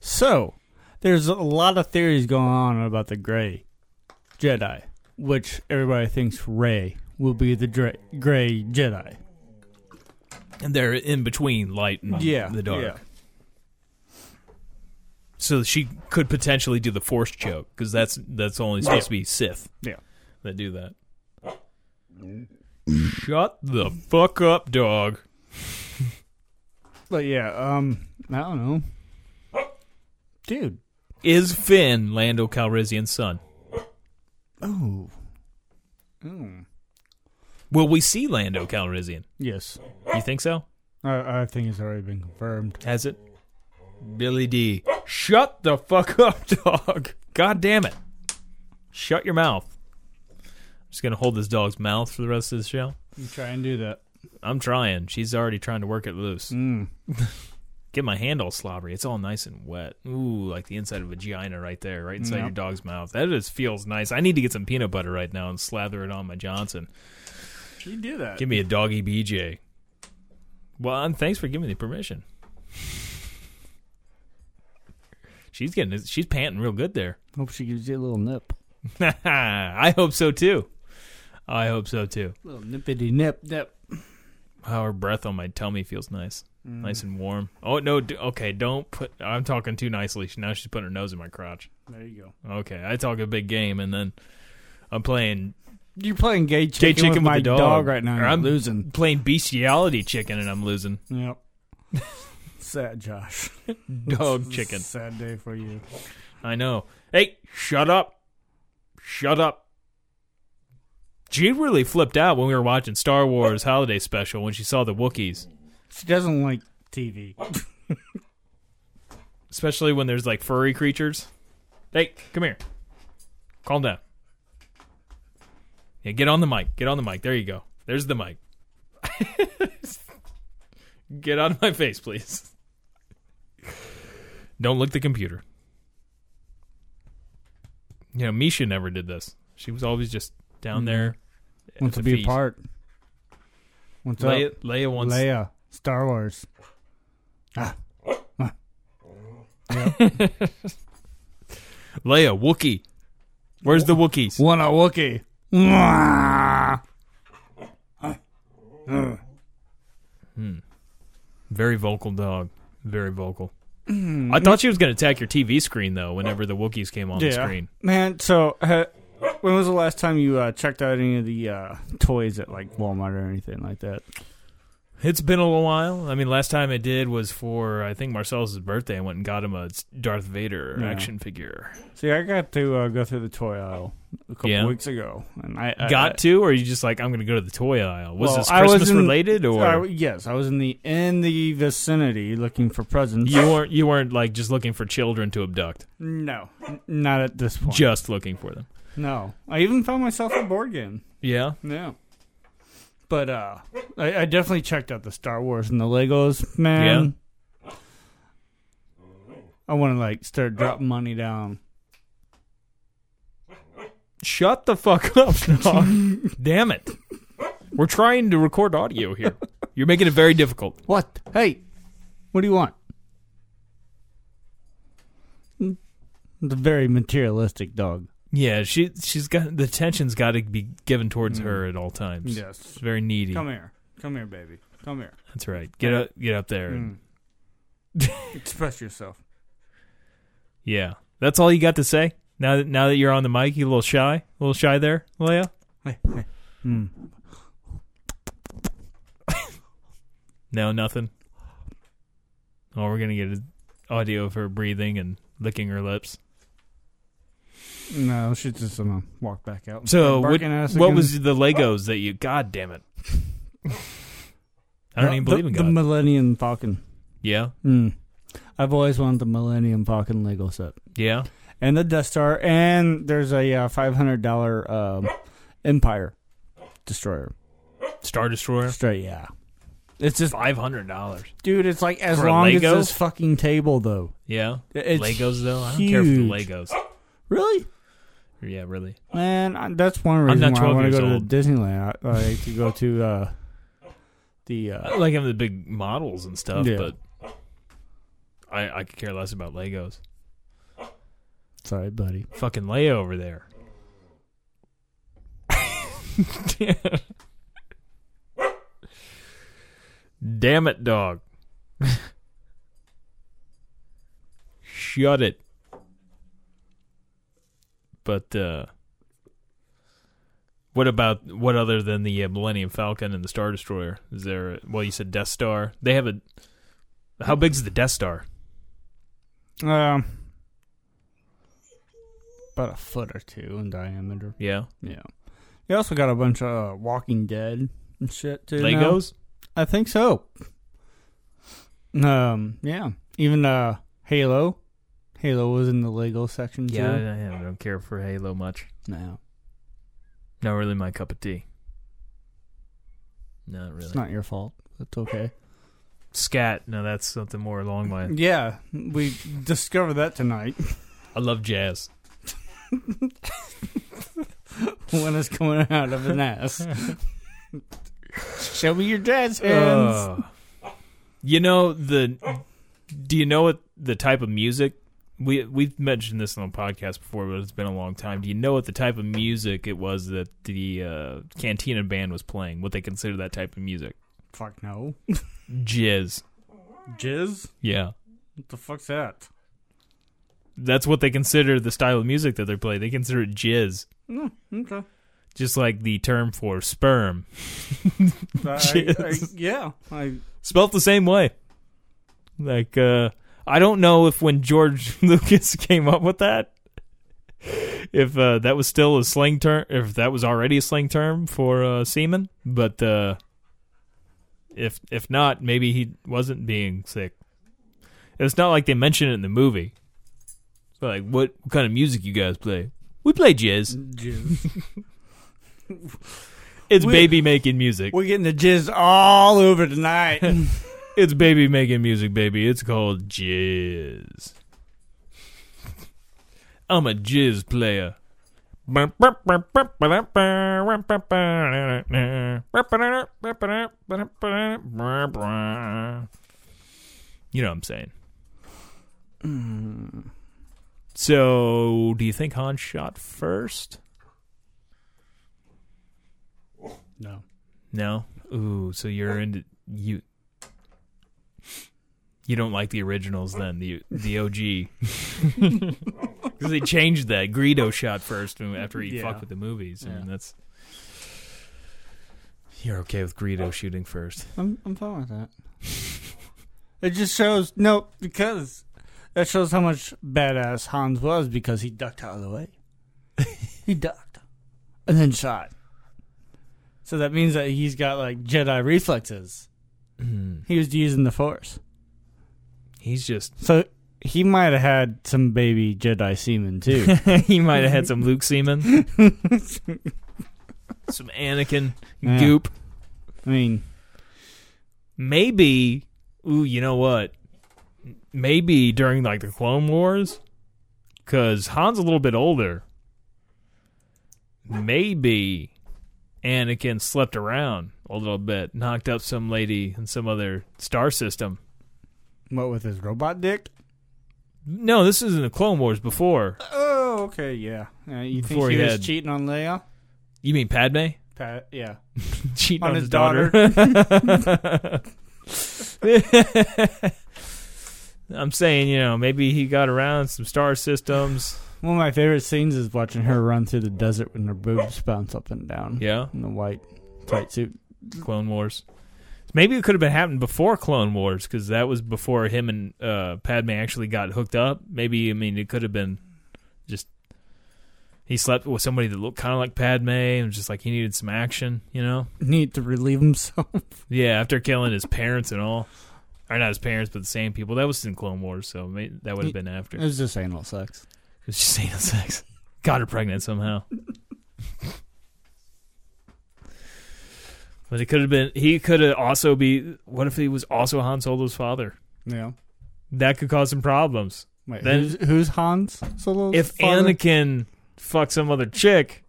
So there's a lot of theories going on about the gray Jedi, which everybody thinks Ray will be the dra- gray Jedi.
And they're in between light and
Yeah,
the dark.
yeah.
So she could potentially do the Force choke because that's that's only supposed to be Sith.
Yeah.
that do that. Shut the fuck up, dog.
But yeah, um, I don't know, dude.
Is Finn Lando Calrissian's son?
Oh, oh,
Will we see Lando Calrissian?
yes.
You think so?
I, I think it's already been confirmed.
Has it? Billy D. Shut the fuck up, *laughs* dog. God damn it. Shut your mouth. I'm just going to hold this dog's mouth for the rest of the show.
You try and do that.
I'm trying. She's already trying to work it loose.
Mm.
*laughs* Get my hand all slobbery. It's all nice and wet. Ooh, like the inside of a vagina right there, right inside
Yep.
your dog's mouth. That just feels nice. I need to get some peanut butter right now and slather it on my Johnson.
You do that.
Give me a doggy BJ. Well, and thanks for giving me the permission. She's getting she's panting real good there. *laughs*
Hope she gives you a little nip,
I hope so too. I hope so too.
little nippity nip nip.
Wow, her breath on my tummy feels nice,
Mm.
nice and warm. Oh no, d- okay, don't put. I'm talking too nicely. Now she's putting her nose in my crotch.
There you go.
Okay, I talk a big game, and then I'm playing
You're playing gay chicken,
gay chicken
with,
with,
my
the dog.
right now.
Or
and I'm
I'm
losing.
Playing bestiality chicken, and I'm
*laughs*
losing
Yep. Sad Josh.
dog *laughs*
This is a
Oh, chicken.
Sad day for you.
I know. Hey, shut up. Shut up. She really flipped out when we were watching Star Wars Holiday Special when she saw the Wookiees.
She doesn't like
*laughs*
TV.
Especially when there's like furry creatures. Hey, come here. Calm down. Yeah, get on the mic. Get on the mic. There you go. There's the mic. *laughs* get out of my face, please. Don't look the computer. You know, Misha never did this. She was always just down there. at
Wants to
the
be
feet.
a part. What's
Leia,
up?
Leia wants.
Leia. Star Wars.
Leia, Wookie. Where's the Wookiees?
What a Wookiee. Mwah.
Very vocal dog. Very vocal.
Mm-hmm.
I thought she was going to attack your TV screen though. Whenever the Wookiees came on the screen,
Man, so uh, when was the last time you uh, checked out any of the uh, toys at like Walmart or anything like that?
it's been a little while. I mean, last time I did was for I think Marcel's birthday. I went and got him a Darth Vader
Yeah.
action figure.
See, I got to uh, go through the toy aisle a couple
Yeah.
weeks ago, and I I-
got
I-
to, or are you just like I'm going to go to the toy aisle? Was
Uh, Well,
this
I was
Christmas
in-
related, or
I- yes, I was in the in the vicinity looking for presents.
you weren't? You weren't like just looking for children to abduct,
no, n- not at this point.
just looking for them.
no, I even found myself a board game.
Yeah,
Yeah. But uh I, I definitely checked out the Star Wars and the Legos, man. I wanna like start dropping money down.
shut the fuck up, *laughs* dog. Damn it, we're trying to record audio here. You're making it very difficult.
What? Hey, what do you want? The very materialistic dog.
Yeah, she she's got the attention's got to be given towards her at all times.
Yes.
It's very needy.
Mm. Come here. Come here, baby. Come here.
That's right. Get up, get up there.
Mm.
and-
Express yourself.
Yeah, that's all you got to say. Now that now that you're on the mic, you a little shy, a little shy there, Leia.
Mm.
*laughs* No, nothing. Oh, we're gonna get an audio of her breathing and licking her lips.
No, she's just gonna walk back out. and
So
start
what,
barking at us
what
again.
was the Legos that you? God damn it! *laughs* I don't
Uh,
even
the-
believe in
The
God.
Millennium Falcon.
yeah,
Mm. I've always wanted the Millennium Falcon Lego set
yeah.
and the Death Star, and there's a uh, five hundred dollar um, Empire destroyer.
Star Destroyer,
Straight, yeah. It's just,
five hundred dollars.
dude. It's like as
For a
long
Lego?
as this fucking table, though.
Yeah,
It's
Legos though. I don't care for the
huge.
Legos.
Really,
Yeah, really.
man. I, that's one reason
not
why I
12
want to
years
go
old.
to Disneyland. I, I like to go to uh, the.
I
Uh,
like having the big models and stuff,
Yeah.
but I I could care less about Legos.
sorry, buddy.
Fucking Leia over there. Damn it, dog. Shut it. But uh what about what other than the uh, Millennium Falcon and the Star Destroyer? Is there a- well you said Death Star. They have a How big's the Death Star?
Um, about a foot or two in diameter.
Yeah.
Yeah. They also got a bunch of uh, Walking Dead and shit too. now.
Legos?
I think so. Um, yeah. Even uh Halo. Halo was in the Lego section
Yeah,
too.
I- I don't care for Halo much.
No.
Not really my cup of tea. Not really.
It's not your fault. It's *laughs* okay.
Scat. No, that's something more along
*laughs*
my.
Yeah, we discovered that tonight *laughs*
I love jazz.
when it's coming out of an *laughs* ass. Show me your jazz hands.
Ugh. you know the. Do you know what the type of music? We we've mentioned this on the podcast before, but it's been a long time. Do you know what the type of music it was that the uh, Cantina band was playing? What they consider that type of music?
Fuck no.
Jizz.
Jizz?
Yeah.
What the fuck's that?
That's what they consider the style of music that they play. They consider it jizz,
Mm, okay.
just like the term for sperm.
I- I-
Jizz.
yeah. I
spelt the same way. Like uh I don't know if when George *laughs* Lucas came up with that, if uh, that was still a slang term, if that was already a slang term for uh, semen, but uh, if if not, maybe he wasn't being sick. It's not like they mention it in the movie. It's like, what, what kind of music you guys play? We play jazz.
Jizz.
It's
We-
baby making music.
*laughs* We're getting the jizz all over tonight.
It's baby making music, baby. It's called jizz. I'm a jizz player. You know what I'm saying. So, do you think Han shot first?
*laughs* no.
No. Ooh, so you're into you. You don't like the originals then, the the *laughs* OG, because they changed that. Greedo shot first and after he
Yeah.
fucked with the movies,
Yeah.
and that's you're okay with Greedo shooting first.
I'm I'm fine with that. it just shows no because that shows how much badass Hans was because he ducked out of the way.
*laughs*
he ducked and then shot. So that means that he's got like Jedi reflexes.
Mm-hmm.
He was using the Force,
He's just *laughs*
so he might have had some baby Jedi semen
*laughs*
too.
he might have had some Luke *laughs* semen, some Anakin
Yeah.
goop.
I mean,
maybe ooh you know what maybe during like the clone wars because han's a little bit older maybe anakin slept around a little bit knocked up some lady in some other star system
what with his robot dick?
no this isn't the clone wars before
Oh, okay, yeah. yeah you think
Before
he
he
was
had-
cheating on Leia?
you mean padme *laughs*
Pat, yeah.
cheating
On
on,
his
his daughter. *laughs*
*laughs*
I'm saying, you know, maybe he got around some star systems.
One of my favorite scenes is watching her run through the desert when her *laughs* boobs bounce up and down
Yeah,
in the white tight suit.
Clone Wars. Maybe it could have been happening before Clone Wars because that was before him and uh, Padme actually got hooked up. Maybe I mean it could have been just he slept with somebody that looked kind of like Padme and was just like he needed some action, you know?
Need to relieve himself.
Yeah, after killing his parents and all, or not his parents, but the same people. That was in Clone Wars, so may that would have been after.
*laughs* it was just anal sex.
It's just anal sex. *laughs* Got her pregnant somehow. but it could have been. He could have also be. What if he was also Han Solo's father?
Yeah.
That could cause some problems.
Wait,
Then-
who's, who's Hans Solo's
If
father?
Anakin fucked some other chick,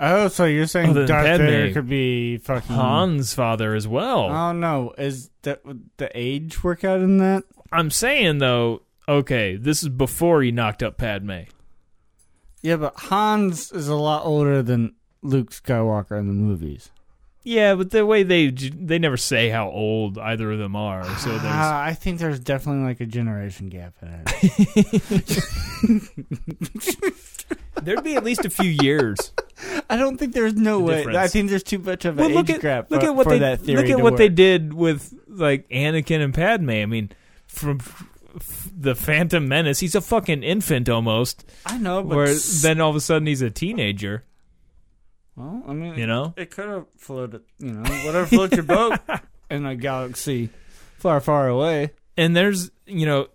oh, so you're saying
Other than
Darth Vader
Padme.
could be fucking
Han's father as well.
I don't know. Is that would the age work out in that?
I'm saying though, okay, this is before he knocked up Padme.
Yeah, but Hans is a lot older than Luke Skywalker in the movies.
Yeah, but the way they they never say how old either of them are, so
*laughs*
there's
Ah, I think there's definitely like a generation gap in it.
there'd be at least a few years.
I don't think there's no
The
way.
difference.
I think there's too much of an
Well,
age
look at
gap.
look
for,
at what
for
they
that theory
look at
to
what they
work.
did with like Anakin and Padme. I mean, from f- the Phantom Menace, he's a fucking infant almost.
I know, but
Where
s-
then all of a sudden he's a teenager.
well, I mean,
You know,
it could have floated. You know, whatever floats your *laughs* boat in a galaxy far, far away.
and there's you know,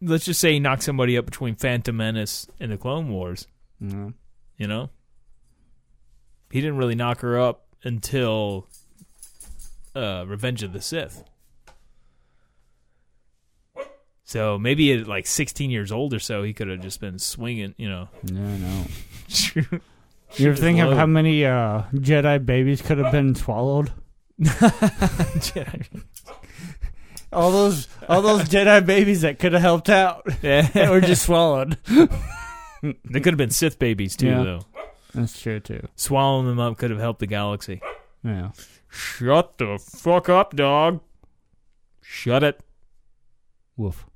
let's just say he knocked somebody up between Phantom Menace and the Clone Wars.
You know?
You know, he didn't really knock her up until uh, Revenge of the Sith. So maybe at like 16 years old or so, he could have just been swinging. You know,
No, no.
Shoot.
You ever think of
low.
how many uh, Jedi babies could have been swallowed? All those, all *laughs* those Jedi babies that could have helped out *laughs* that
yeah.
were just swallowed.
They could have been Sith babies too,
Yeah.
though.
That's true too.
Swallowing them up could have helped the galaxy.
Yeah.
Shut the fuck up, dog. Shut it.
*laughs* Woof.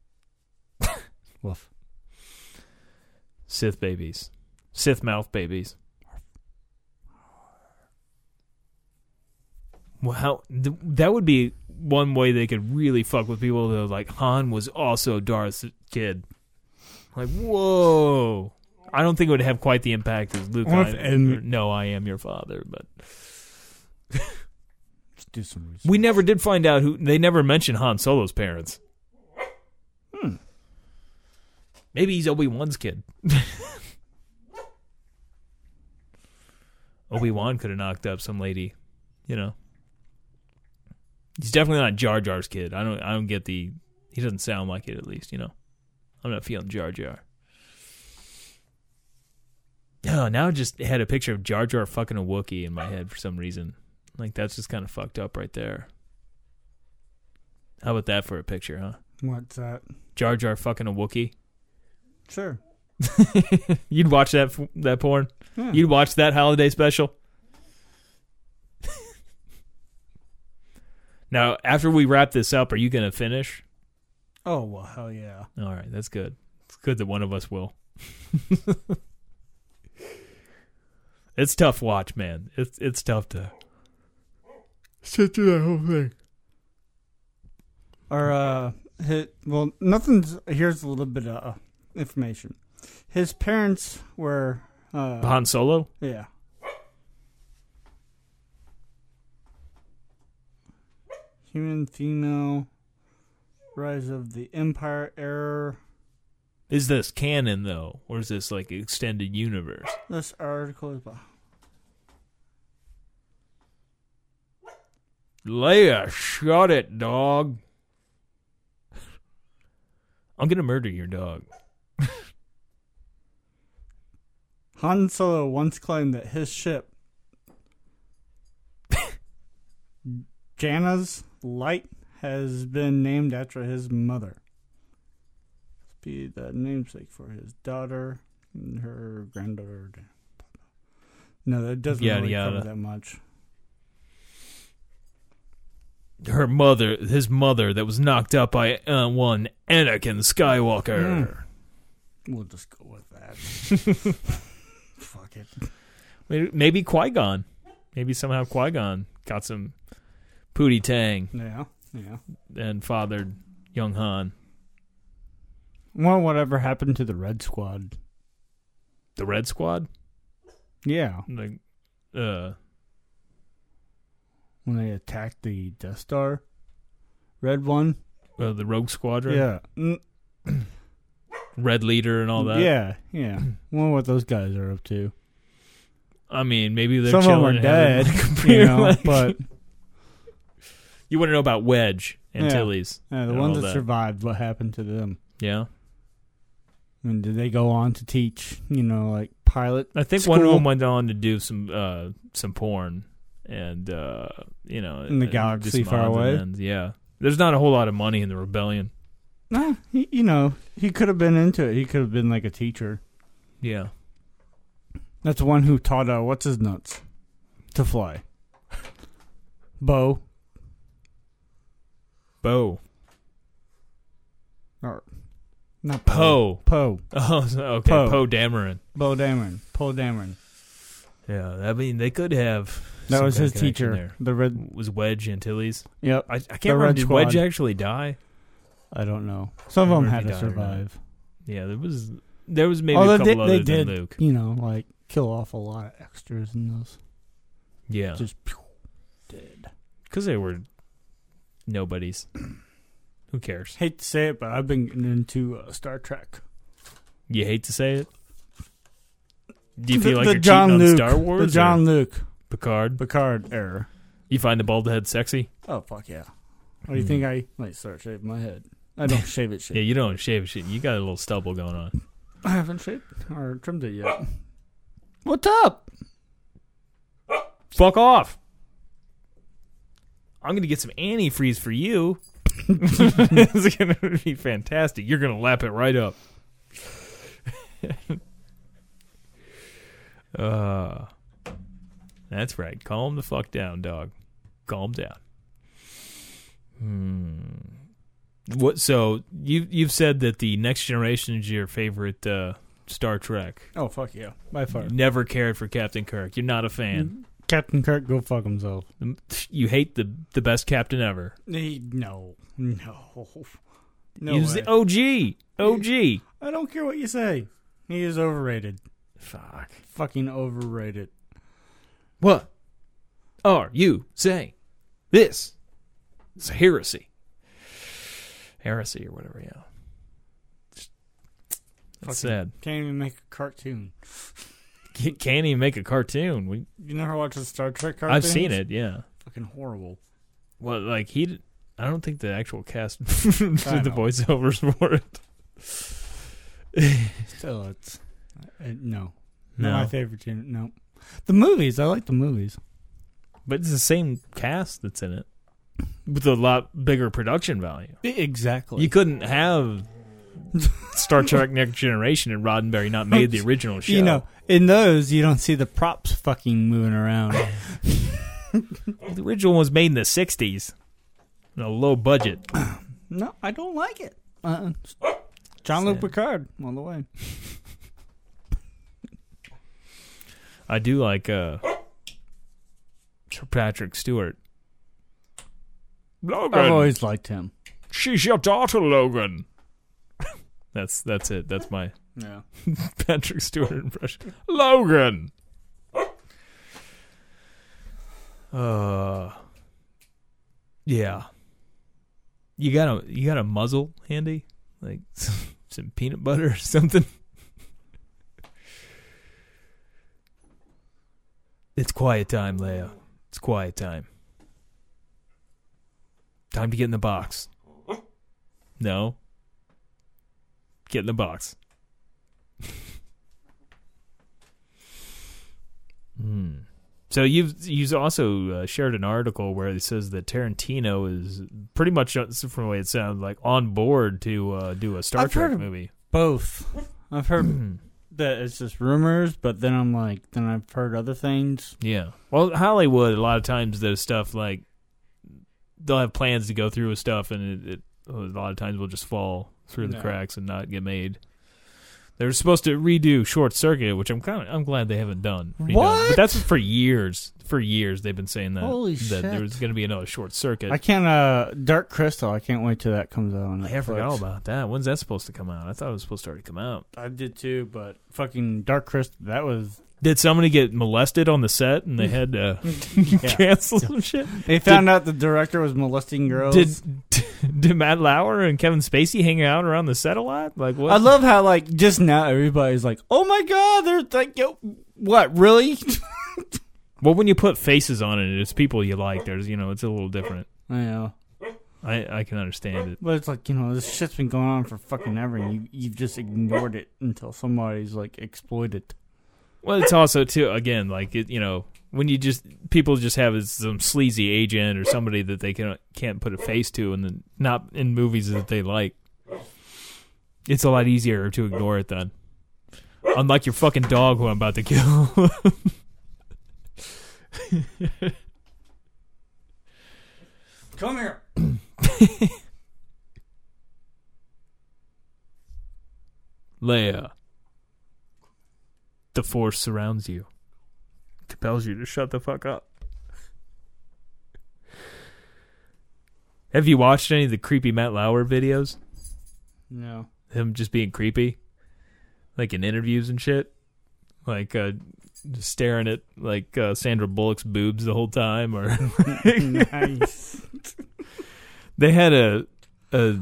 Woof.
Sith babies. Sith mouth babies. Well, how, th- that would be one way they could really fuck with people. They're like, Han was also Darth's kid. Like, whoa. I don't think it would have quite the impact as Luke.
What
I,
if- and-
or, no, I am your father, but
Let's do some research.
we never did find out who. They never mentioned Han Solo's parents. Maybe he's Obi Wan's kid. Obi Wan could have knocked up some lady, you know. He's definitely not Jar Jar's kid. I don't. I don't get the. He doesn't sound like it, at least. You know, I'm not feeling Jar Jar. *sighs* Oh, now I just had a picture of Jar Jar fucking a Wookiee in my head for some reason. Like that's just kind of fucked up right there. How about that for a picture, huh?
What's that?
Jar Jar fucking a Wookiee.
Sure.
You'd watch that f- that porn.
Yeah.
You'd watch that holiday special. *laughs* now, after we wrap this up, are you gonna finish?
Oh well, hell yeah.
All right, that's good. It's good that one of us will. *laughs* it's tough watch, man. It's it's tough to.
Sit through that whole thing. Or uh, hit. Well, nothing's. Here's a little bit of uh, information. His parents were. Uh,
Han Solo.
Yeah. Human female. Rise of the Empire Error.
Is this canon though, or is this like extended universe?
This article is. about-
Leia, shut it, dog. I'm gonna murder your dog.
Han Solo once claimed that his ship, Jana's Light, has been named after his mother. Be the namesake for his daughter and her granddaughter. No, that doesn't
Yada,
really
yada.
cover that much.
Her mother, his mother, that was knocked up by uh, one Anakin Skywalker.
We'll just go with that.
*laughs*
Fuck it.
Maybe, maybe Qui Gon. Maybe somehow Qui Gon got some pooty tang
Yeah, yeah.
and fathered young Han.
Well, whatever happened to the Red Squad?
The Red Squad,
Yeah,
the uh,
when they attacked the Death Star, Red One.
uh, the Rogue Squadron,
Yeah. Mm,
Red Leader, and all that.
Yeah, *clears throat* yeah. Wonder what those guys are
*laughs*
up to.
I mean, maybe they're
Some of them
chilling
are
and having, like,
dead,
a
*laughs* You
beer,
know,
like-
but
you want to know about Wedge and
Yeah.
Tilly's?
uh, the
And all
ones that,
that.
survived, what happened to them?
Yeah.
I mean, did they go on to teach? You know, like pilot.
I think one of
School.
them went on to do some uh, some porn and uh, you know
In
and do
the galaxy
some
far
odds and
away?
ends. Yeah, there's not a whole lot of money in the rebellion.
Nah, he, you know, he could have been into it. He could have been like a teacher.
Yeah,
That's the one who taught uh, what's his nuts to fly. Bo
Bo
or not
Poe.
Poe.
*laughs* Oh, so- okay, Poe
Poe.
Dameron.
Bo Dameron. Poe Dameron.
Yeah, I mean they could have.
That
some
was
kind
his
of connection
teacher.
There.
The red.
Was Wedge Antilles?
Yep.
I, I can't
The
remember.
Red
Did
Squad.
Wedge actually die?
I don't know.
I
Some of
wonder
them had
if
to
he died or not.
survive.
Yeah, there was. There was maybe
Although
a couple
they,
other
they did,
than Luke.
you know, like kill off a lot of extras in those.
Yeah,
Just pew, dead.
because they were nobodies. *clears throat* Who cares?
Hate to say it, but I've been getting into uh, Star Trek.
You hate to say it. Do you
The-
feel like
the
you're
John
cheating
Luke,
on Star Wars?
The
or
John Luke
Picard.
Picard error.
You find the bald head sexy?
Oh fuck yeah! Hmm. What do you think I? Wait, sorry, shave my head. I don't shave it. Shit. *laughs*
Yeah, you don't shave shit. You got a little stubble going on.
I haven't shaved or trimmed it yet. What's up?
Fuck off. I'm gonna get some antifreeze for you. *laughs* it's gonna be fantastic. You're gonna lap it right up. *laughs* uh, that's right. Calm the fuck down, dog. Calm down. Hmm. What? So you you've said that the next generation is your favorite uh, Star Trek.
Oh fuck yeah! By far.
Never cared for Captain Kirk. You're not a fan.
Captain Kirk go fuck himself.
You hate the the best captain ever.
He, no, no, no.
He's
way.
the OG. OG.
I don't care what you say. He is overrated.
Fuck.
Fucking overrated.
What are you saying? This is a heresy. Heresy or whatever, yeah. That's sad.
Can't even make a cartoon.
C- Can't even make a cartoon. We,
You never watched a Star Trek cartoon?
I've seen it, yeah.
Fucking horrible.
Well, like, he. d- I don't think the actual cast *laughs* did
I
the
know.
voiceovers for it.
Still, it's uh, no,
No.
not my favorite. tune. No, the movies. I like the movies.
But it's the same cast that's in it with a lot bigger production value.
E, Exactly.
You couldn't have Star
*laughs*
Trek Next Generation and Roddenberry not made the original show.
You know, in those you don't see the props fucking moving around.
The original was made in the 60s. On a low budget.
*coughs* no, I don't like it. Uh, John Luke
Sad.
Picard all the way.
I do like uh Sir Patrick Stewart.
I've
Logan,
always liked him.
she's your daughter, Logan. *laughs* that's that's it. That's my
Yeah.
*laughs* Patrick Stewart impression. Logan. Uh, yeah. You got a you got a muzzle handy, like *laughs* some peanut butter or something. It's quiet time, Leia. It's quiet time. Time to get in the box. No. Get in the box. *laughs* Hmm. So you've you've also uh, shared an article where it says that Tarantino is pretty much uh, from the way it sounds like on board to uh, do a Star
I've
Trek
heard of-
movie.
Both. I've heard
*clears throat*
that it's just rumors, but then I'm like, then I've heard other things.
Yeah. Well, Hollywood a lot of times there's stuff like they'll have plans to go through with stuff, and it, it a lot of times will just fall through the
No.
cracks and not get made. They were supposed to redo Short Circuit, which I'm kind of I'm glad they haven't done. redone. But
What?
that's for years. For years they've been saying that
Holy
that there
shit.
was going to be another Short Circuit.
I can't. Uh, Dark Crystal. I can't wait till that comes out. On
I had
Netflix.
forgot all about that. When's that supposed to come out? I thought it was supposed to already come out.
I did too, but fucking Dark Crystal. That was.
Did somebody get molested on the set and
*laughs*
they had to *laughs* cancel some shit?
They found out the director was molesting girls.
Did *laughs* did Matt Lauer and Kevin Spacey hang out around the set a lot? Like what?
I love how like just now everybody's like, "Oh my god, they're like, yo, what really?" *laughs*
well, when you put faces on it, it's people you like. There's you know, it's a little different.
I know,
I I can understand it.
but it's like you know this shit's been going on for fucking ever, and you you've just ignored it until somebody's like exploited.
Well, it's also too again like it, you know when you just people just have some sleazy agent or somebody that they can can't put a face to and then not in movies that they like. It's a lot easier to ignore it then. Unlike your fucking dog who I'm about to kill.
*laughs* Come here.
*laughs* Leia. The force surrounds you. Compels you to shut the fuck up. Have you watched any of the creepy Matt Lauer videos? *laughs*
No.
Him just being creepy? Like in interviews and shit? Like uh just staring at like uh, Sandra Bullock's boobs the whole time or
nice.
they had a a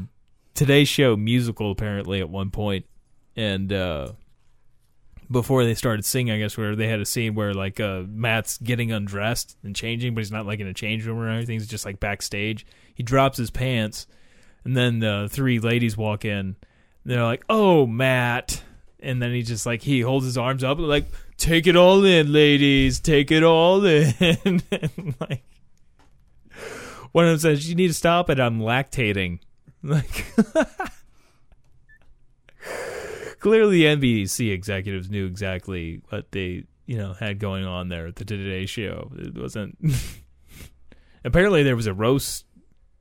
Today Show musical apparently at one point, and uh, before they started singing, I guess where they had a scene where like uh, Matt's getting undressed and changing, but he's not like in a change room or anything. He's just like backstage. He drops his pants, and then the three ladies walk in. And they're like, "Oh, Matt." And then he just like he holds his arms up and like take it all in, ladies, take it all in. *laughs* and, like one of them says, "You need to stop it. I'm lactating." *laughs* Like, clearly, NBC executives knew exactly what they you know had going on there at the Today Show. It wasn't. *laughs* Apparently, there was a roast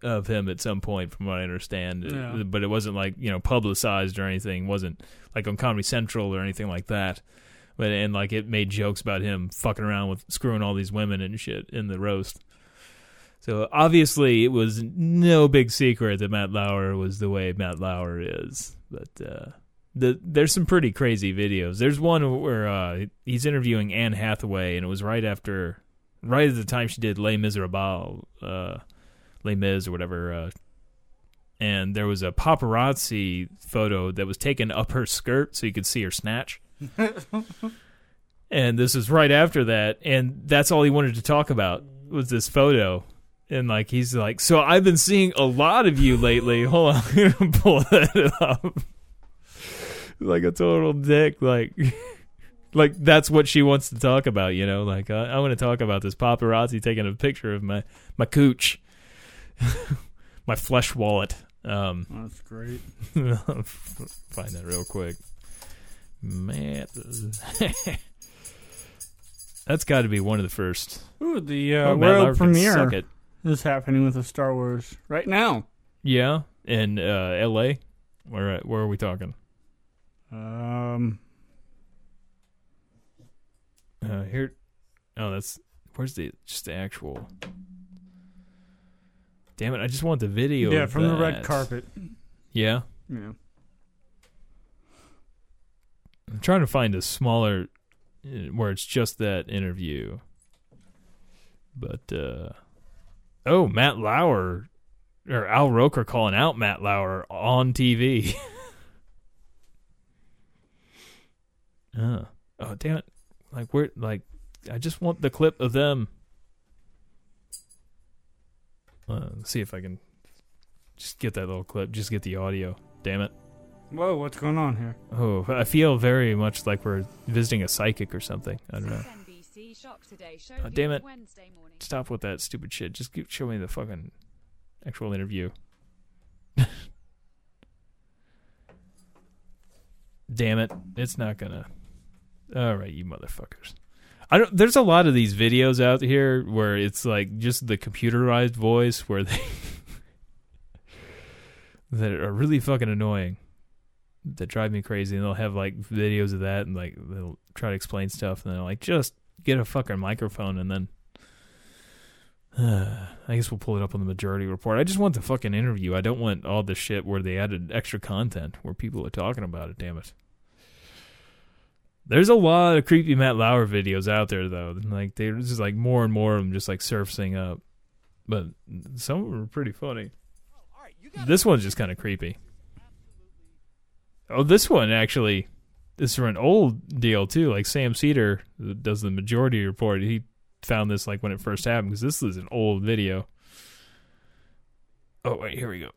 of him at some point, from what I understand,
Yeah.
but it wasn't like you know publicized or anything. It wasn't like on Comedy Central or anything like that. But and like it made jokes about him fucking around with screwing all these women and shit in the roast. So obviously, it was no big secret that Matt Lauer was the way Matt Lauer is. But uh, the there's some pretty crazy videos. There's one where uh, he's interviewing Anne Hathaway, and it was right after, right at the time she did Les Miserables, uh, Les Mis or whatever. Uh, and there was a paparazzi photo that was taken up her skirt so you could see her snatch. and this is right after that, and that's all he wanted to talk about was this photo. And like he's like, so I've been seeing a lot of you lately. Hold on, *laughs* I'm gonna pull that up. like a total dick. Like, *laughs* like that's what she wants to talk about. You know, like I, I want to talk about this paparazzi taking a picture of my my cooch, *laughs* my flesh wallet. Um, *laughs*
That's great.
find that real quick. Matt, *laughs* that's got to be one of the first.
Ooh, the
Oh,
uh,
Matt Lauer
world
can suck
premiere
it.
is happening with the Star Wars right now.
Yeah, in uh, L.A. Where where are we talking?
Um,
Uh, here, oh, that's where's the just the actual. Damn it! I just want the video.
yeah,
of
from the red
that.
carpet.
Yeah,
Yeah.
I'm trying to find a smaller uh, where it's just that interview. But uh oh, Matt Lauer or Al Roker calling out Matt Lauer on *laughs* TV. uh, oh damn it. Like we're like I just want the clip of them. Uh, let's see if I can just get that little clip, just get the audio. Damn it.
Whoa, what's going on here?
Oh, I feel very much like we're visiting a psychic or something. I don't know.
CNBC Shock Today show
Oh, damn
viewed
it.
Wednesday morning.
Stop with that stupid shit. Just give, show me the fucking actual interview. Damn it. It's not gonna. All right, you motherfuckers. I don't there's a lot of these videos out here where it's like just the computerized voice where they *laughs* that are really fucking annoying. That drive me crazy, and they'll have like videos of that, and like they'll try to explain stuff, and they're like, "Just get a fucking microphone," and then *sighs* I guess we'll pull it up on the majority report. I just want the fucking interview. I don't want all the shit where they added extra content where people are talking about it. Damn it. There's a lot of creepy Matt Lauer videos out there though. Like there's just like more and more of them just like surfacing up. But some of them are pretty funny. This one's just kind of creepy. Oh, this one actually is from an old deal too. Like Sam Cedar that does the majority report. He found this like when it first happened because this is an old video. Oh wait, here we go.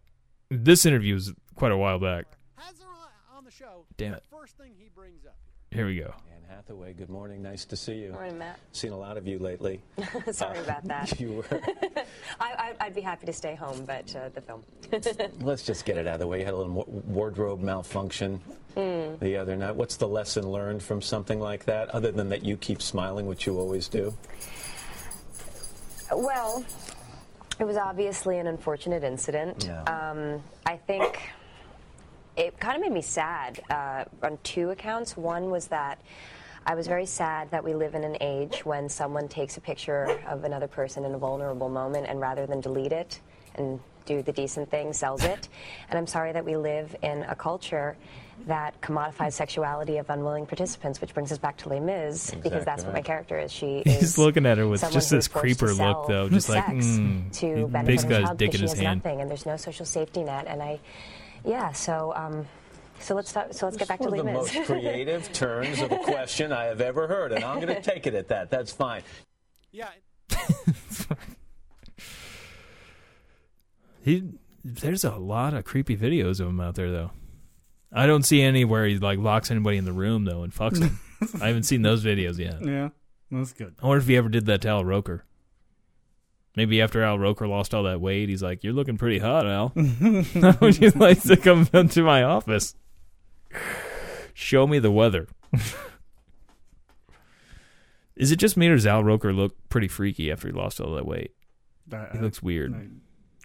This interview was quite a while back.
has her on- on the show.
Damn it.
The first thing he brings up.
Here we go.
Anne Hathaway, good morning. Nice to see you.
Morning, Matt.
Seen a lot of you lately.
Sorry about that. *laughs*
You were. *laughs*
I, I, I'd be happy to stay home, but uh, the film. *laughs*
Let's just get it out of the way. You had a little wa- wardrobe malfunction the other night. What's the lesson learned from something like that, other than that you keep smiling, which you always do?
Well, it was obviously an unfortunate incident.
Yeah.
Um, I think it kind of made me sad uh, on two accounts. One was that I was very sad that we live in an age when someone takes a picture of another person in a vulnerable moment and rather than delete it and do the decent thing, sells it. And I'm sorry that we live in a culture that commodifies sexuality of unwilling participants, which brings us back to Les Mis, because that's what
Exactly.
my character is. She
*laughs* *laughs* He's
is
looking at her with
someone
just
who
this
is forced to
creeper
sell
look, though, just like,
sex
mm. He
to benefit
basically
her
has
child
dick in
because she
his
has
hand.
nothing and there's no social safety net and I yeah so um so let's start, so let's get back to
One
Les
of the
Mis.
most creative turns of a question I have ever heard, and I'm going to take it at that. That's fine.
Yeah,
He there's a lot of creepy videos of him out there though. I don't see any where he like locks anybody in the room though and fucks *laughs* them. I haven't seen those videos yet.
Yeah, that's good.
I wonder if he ever did that to Al Roker. Maybe after Al Roker lost all that weight, he's like, "You're looking pretty hot,
*laughs*
Al. *laughs* Would you like to come down to my office? Show me the weather." *laughs* Is it just me or does Al Roker look pretty freaky after he lost all that weight?
I,
He looks weird.
I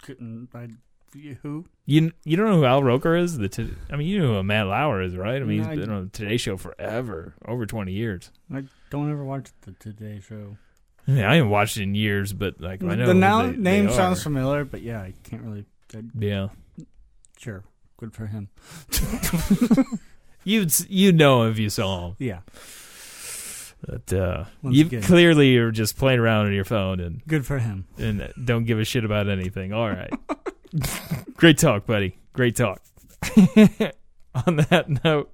couldn't. I You- Who?
You you don't know who Al Roker is? The t- I mean, you know who Matt Lauer is, right? I mean,
No, I-
he's been on the Today Show forever, over twenty years.
I don't ever watch the Today Show.
I, mean, I haven't watched it in years, but like I know
the
who
now,
they- they
name
are.
sounds familiar, but yeah, I can't really. I-
Yeah,
Sure, good for him.
you'd s- you'd know if you saw him.
Yeah,
But uh,
Once
you
again.
clearly are just playing around on your phone and
good for him.
and don't give a shit about anything. All
*laughs*
right, great talk, buddy. Great talk. *laughs* on that note,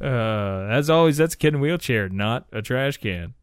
uh, as always, that's a kid in a wheelchair, not a trash can.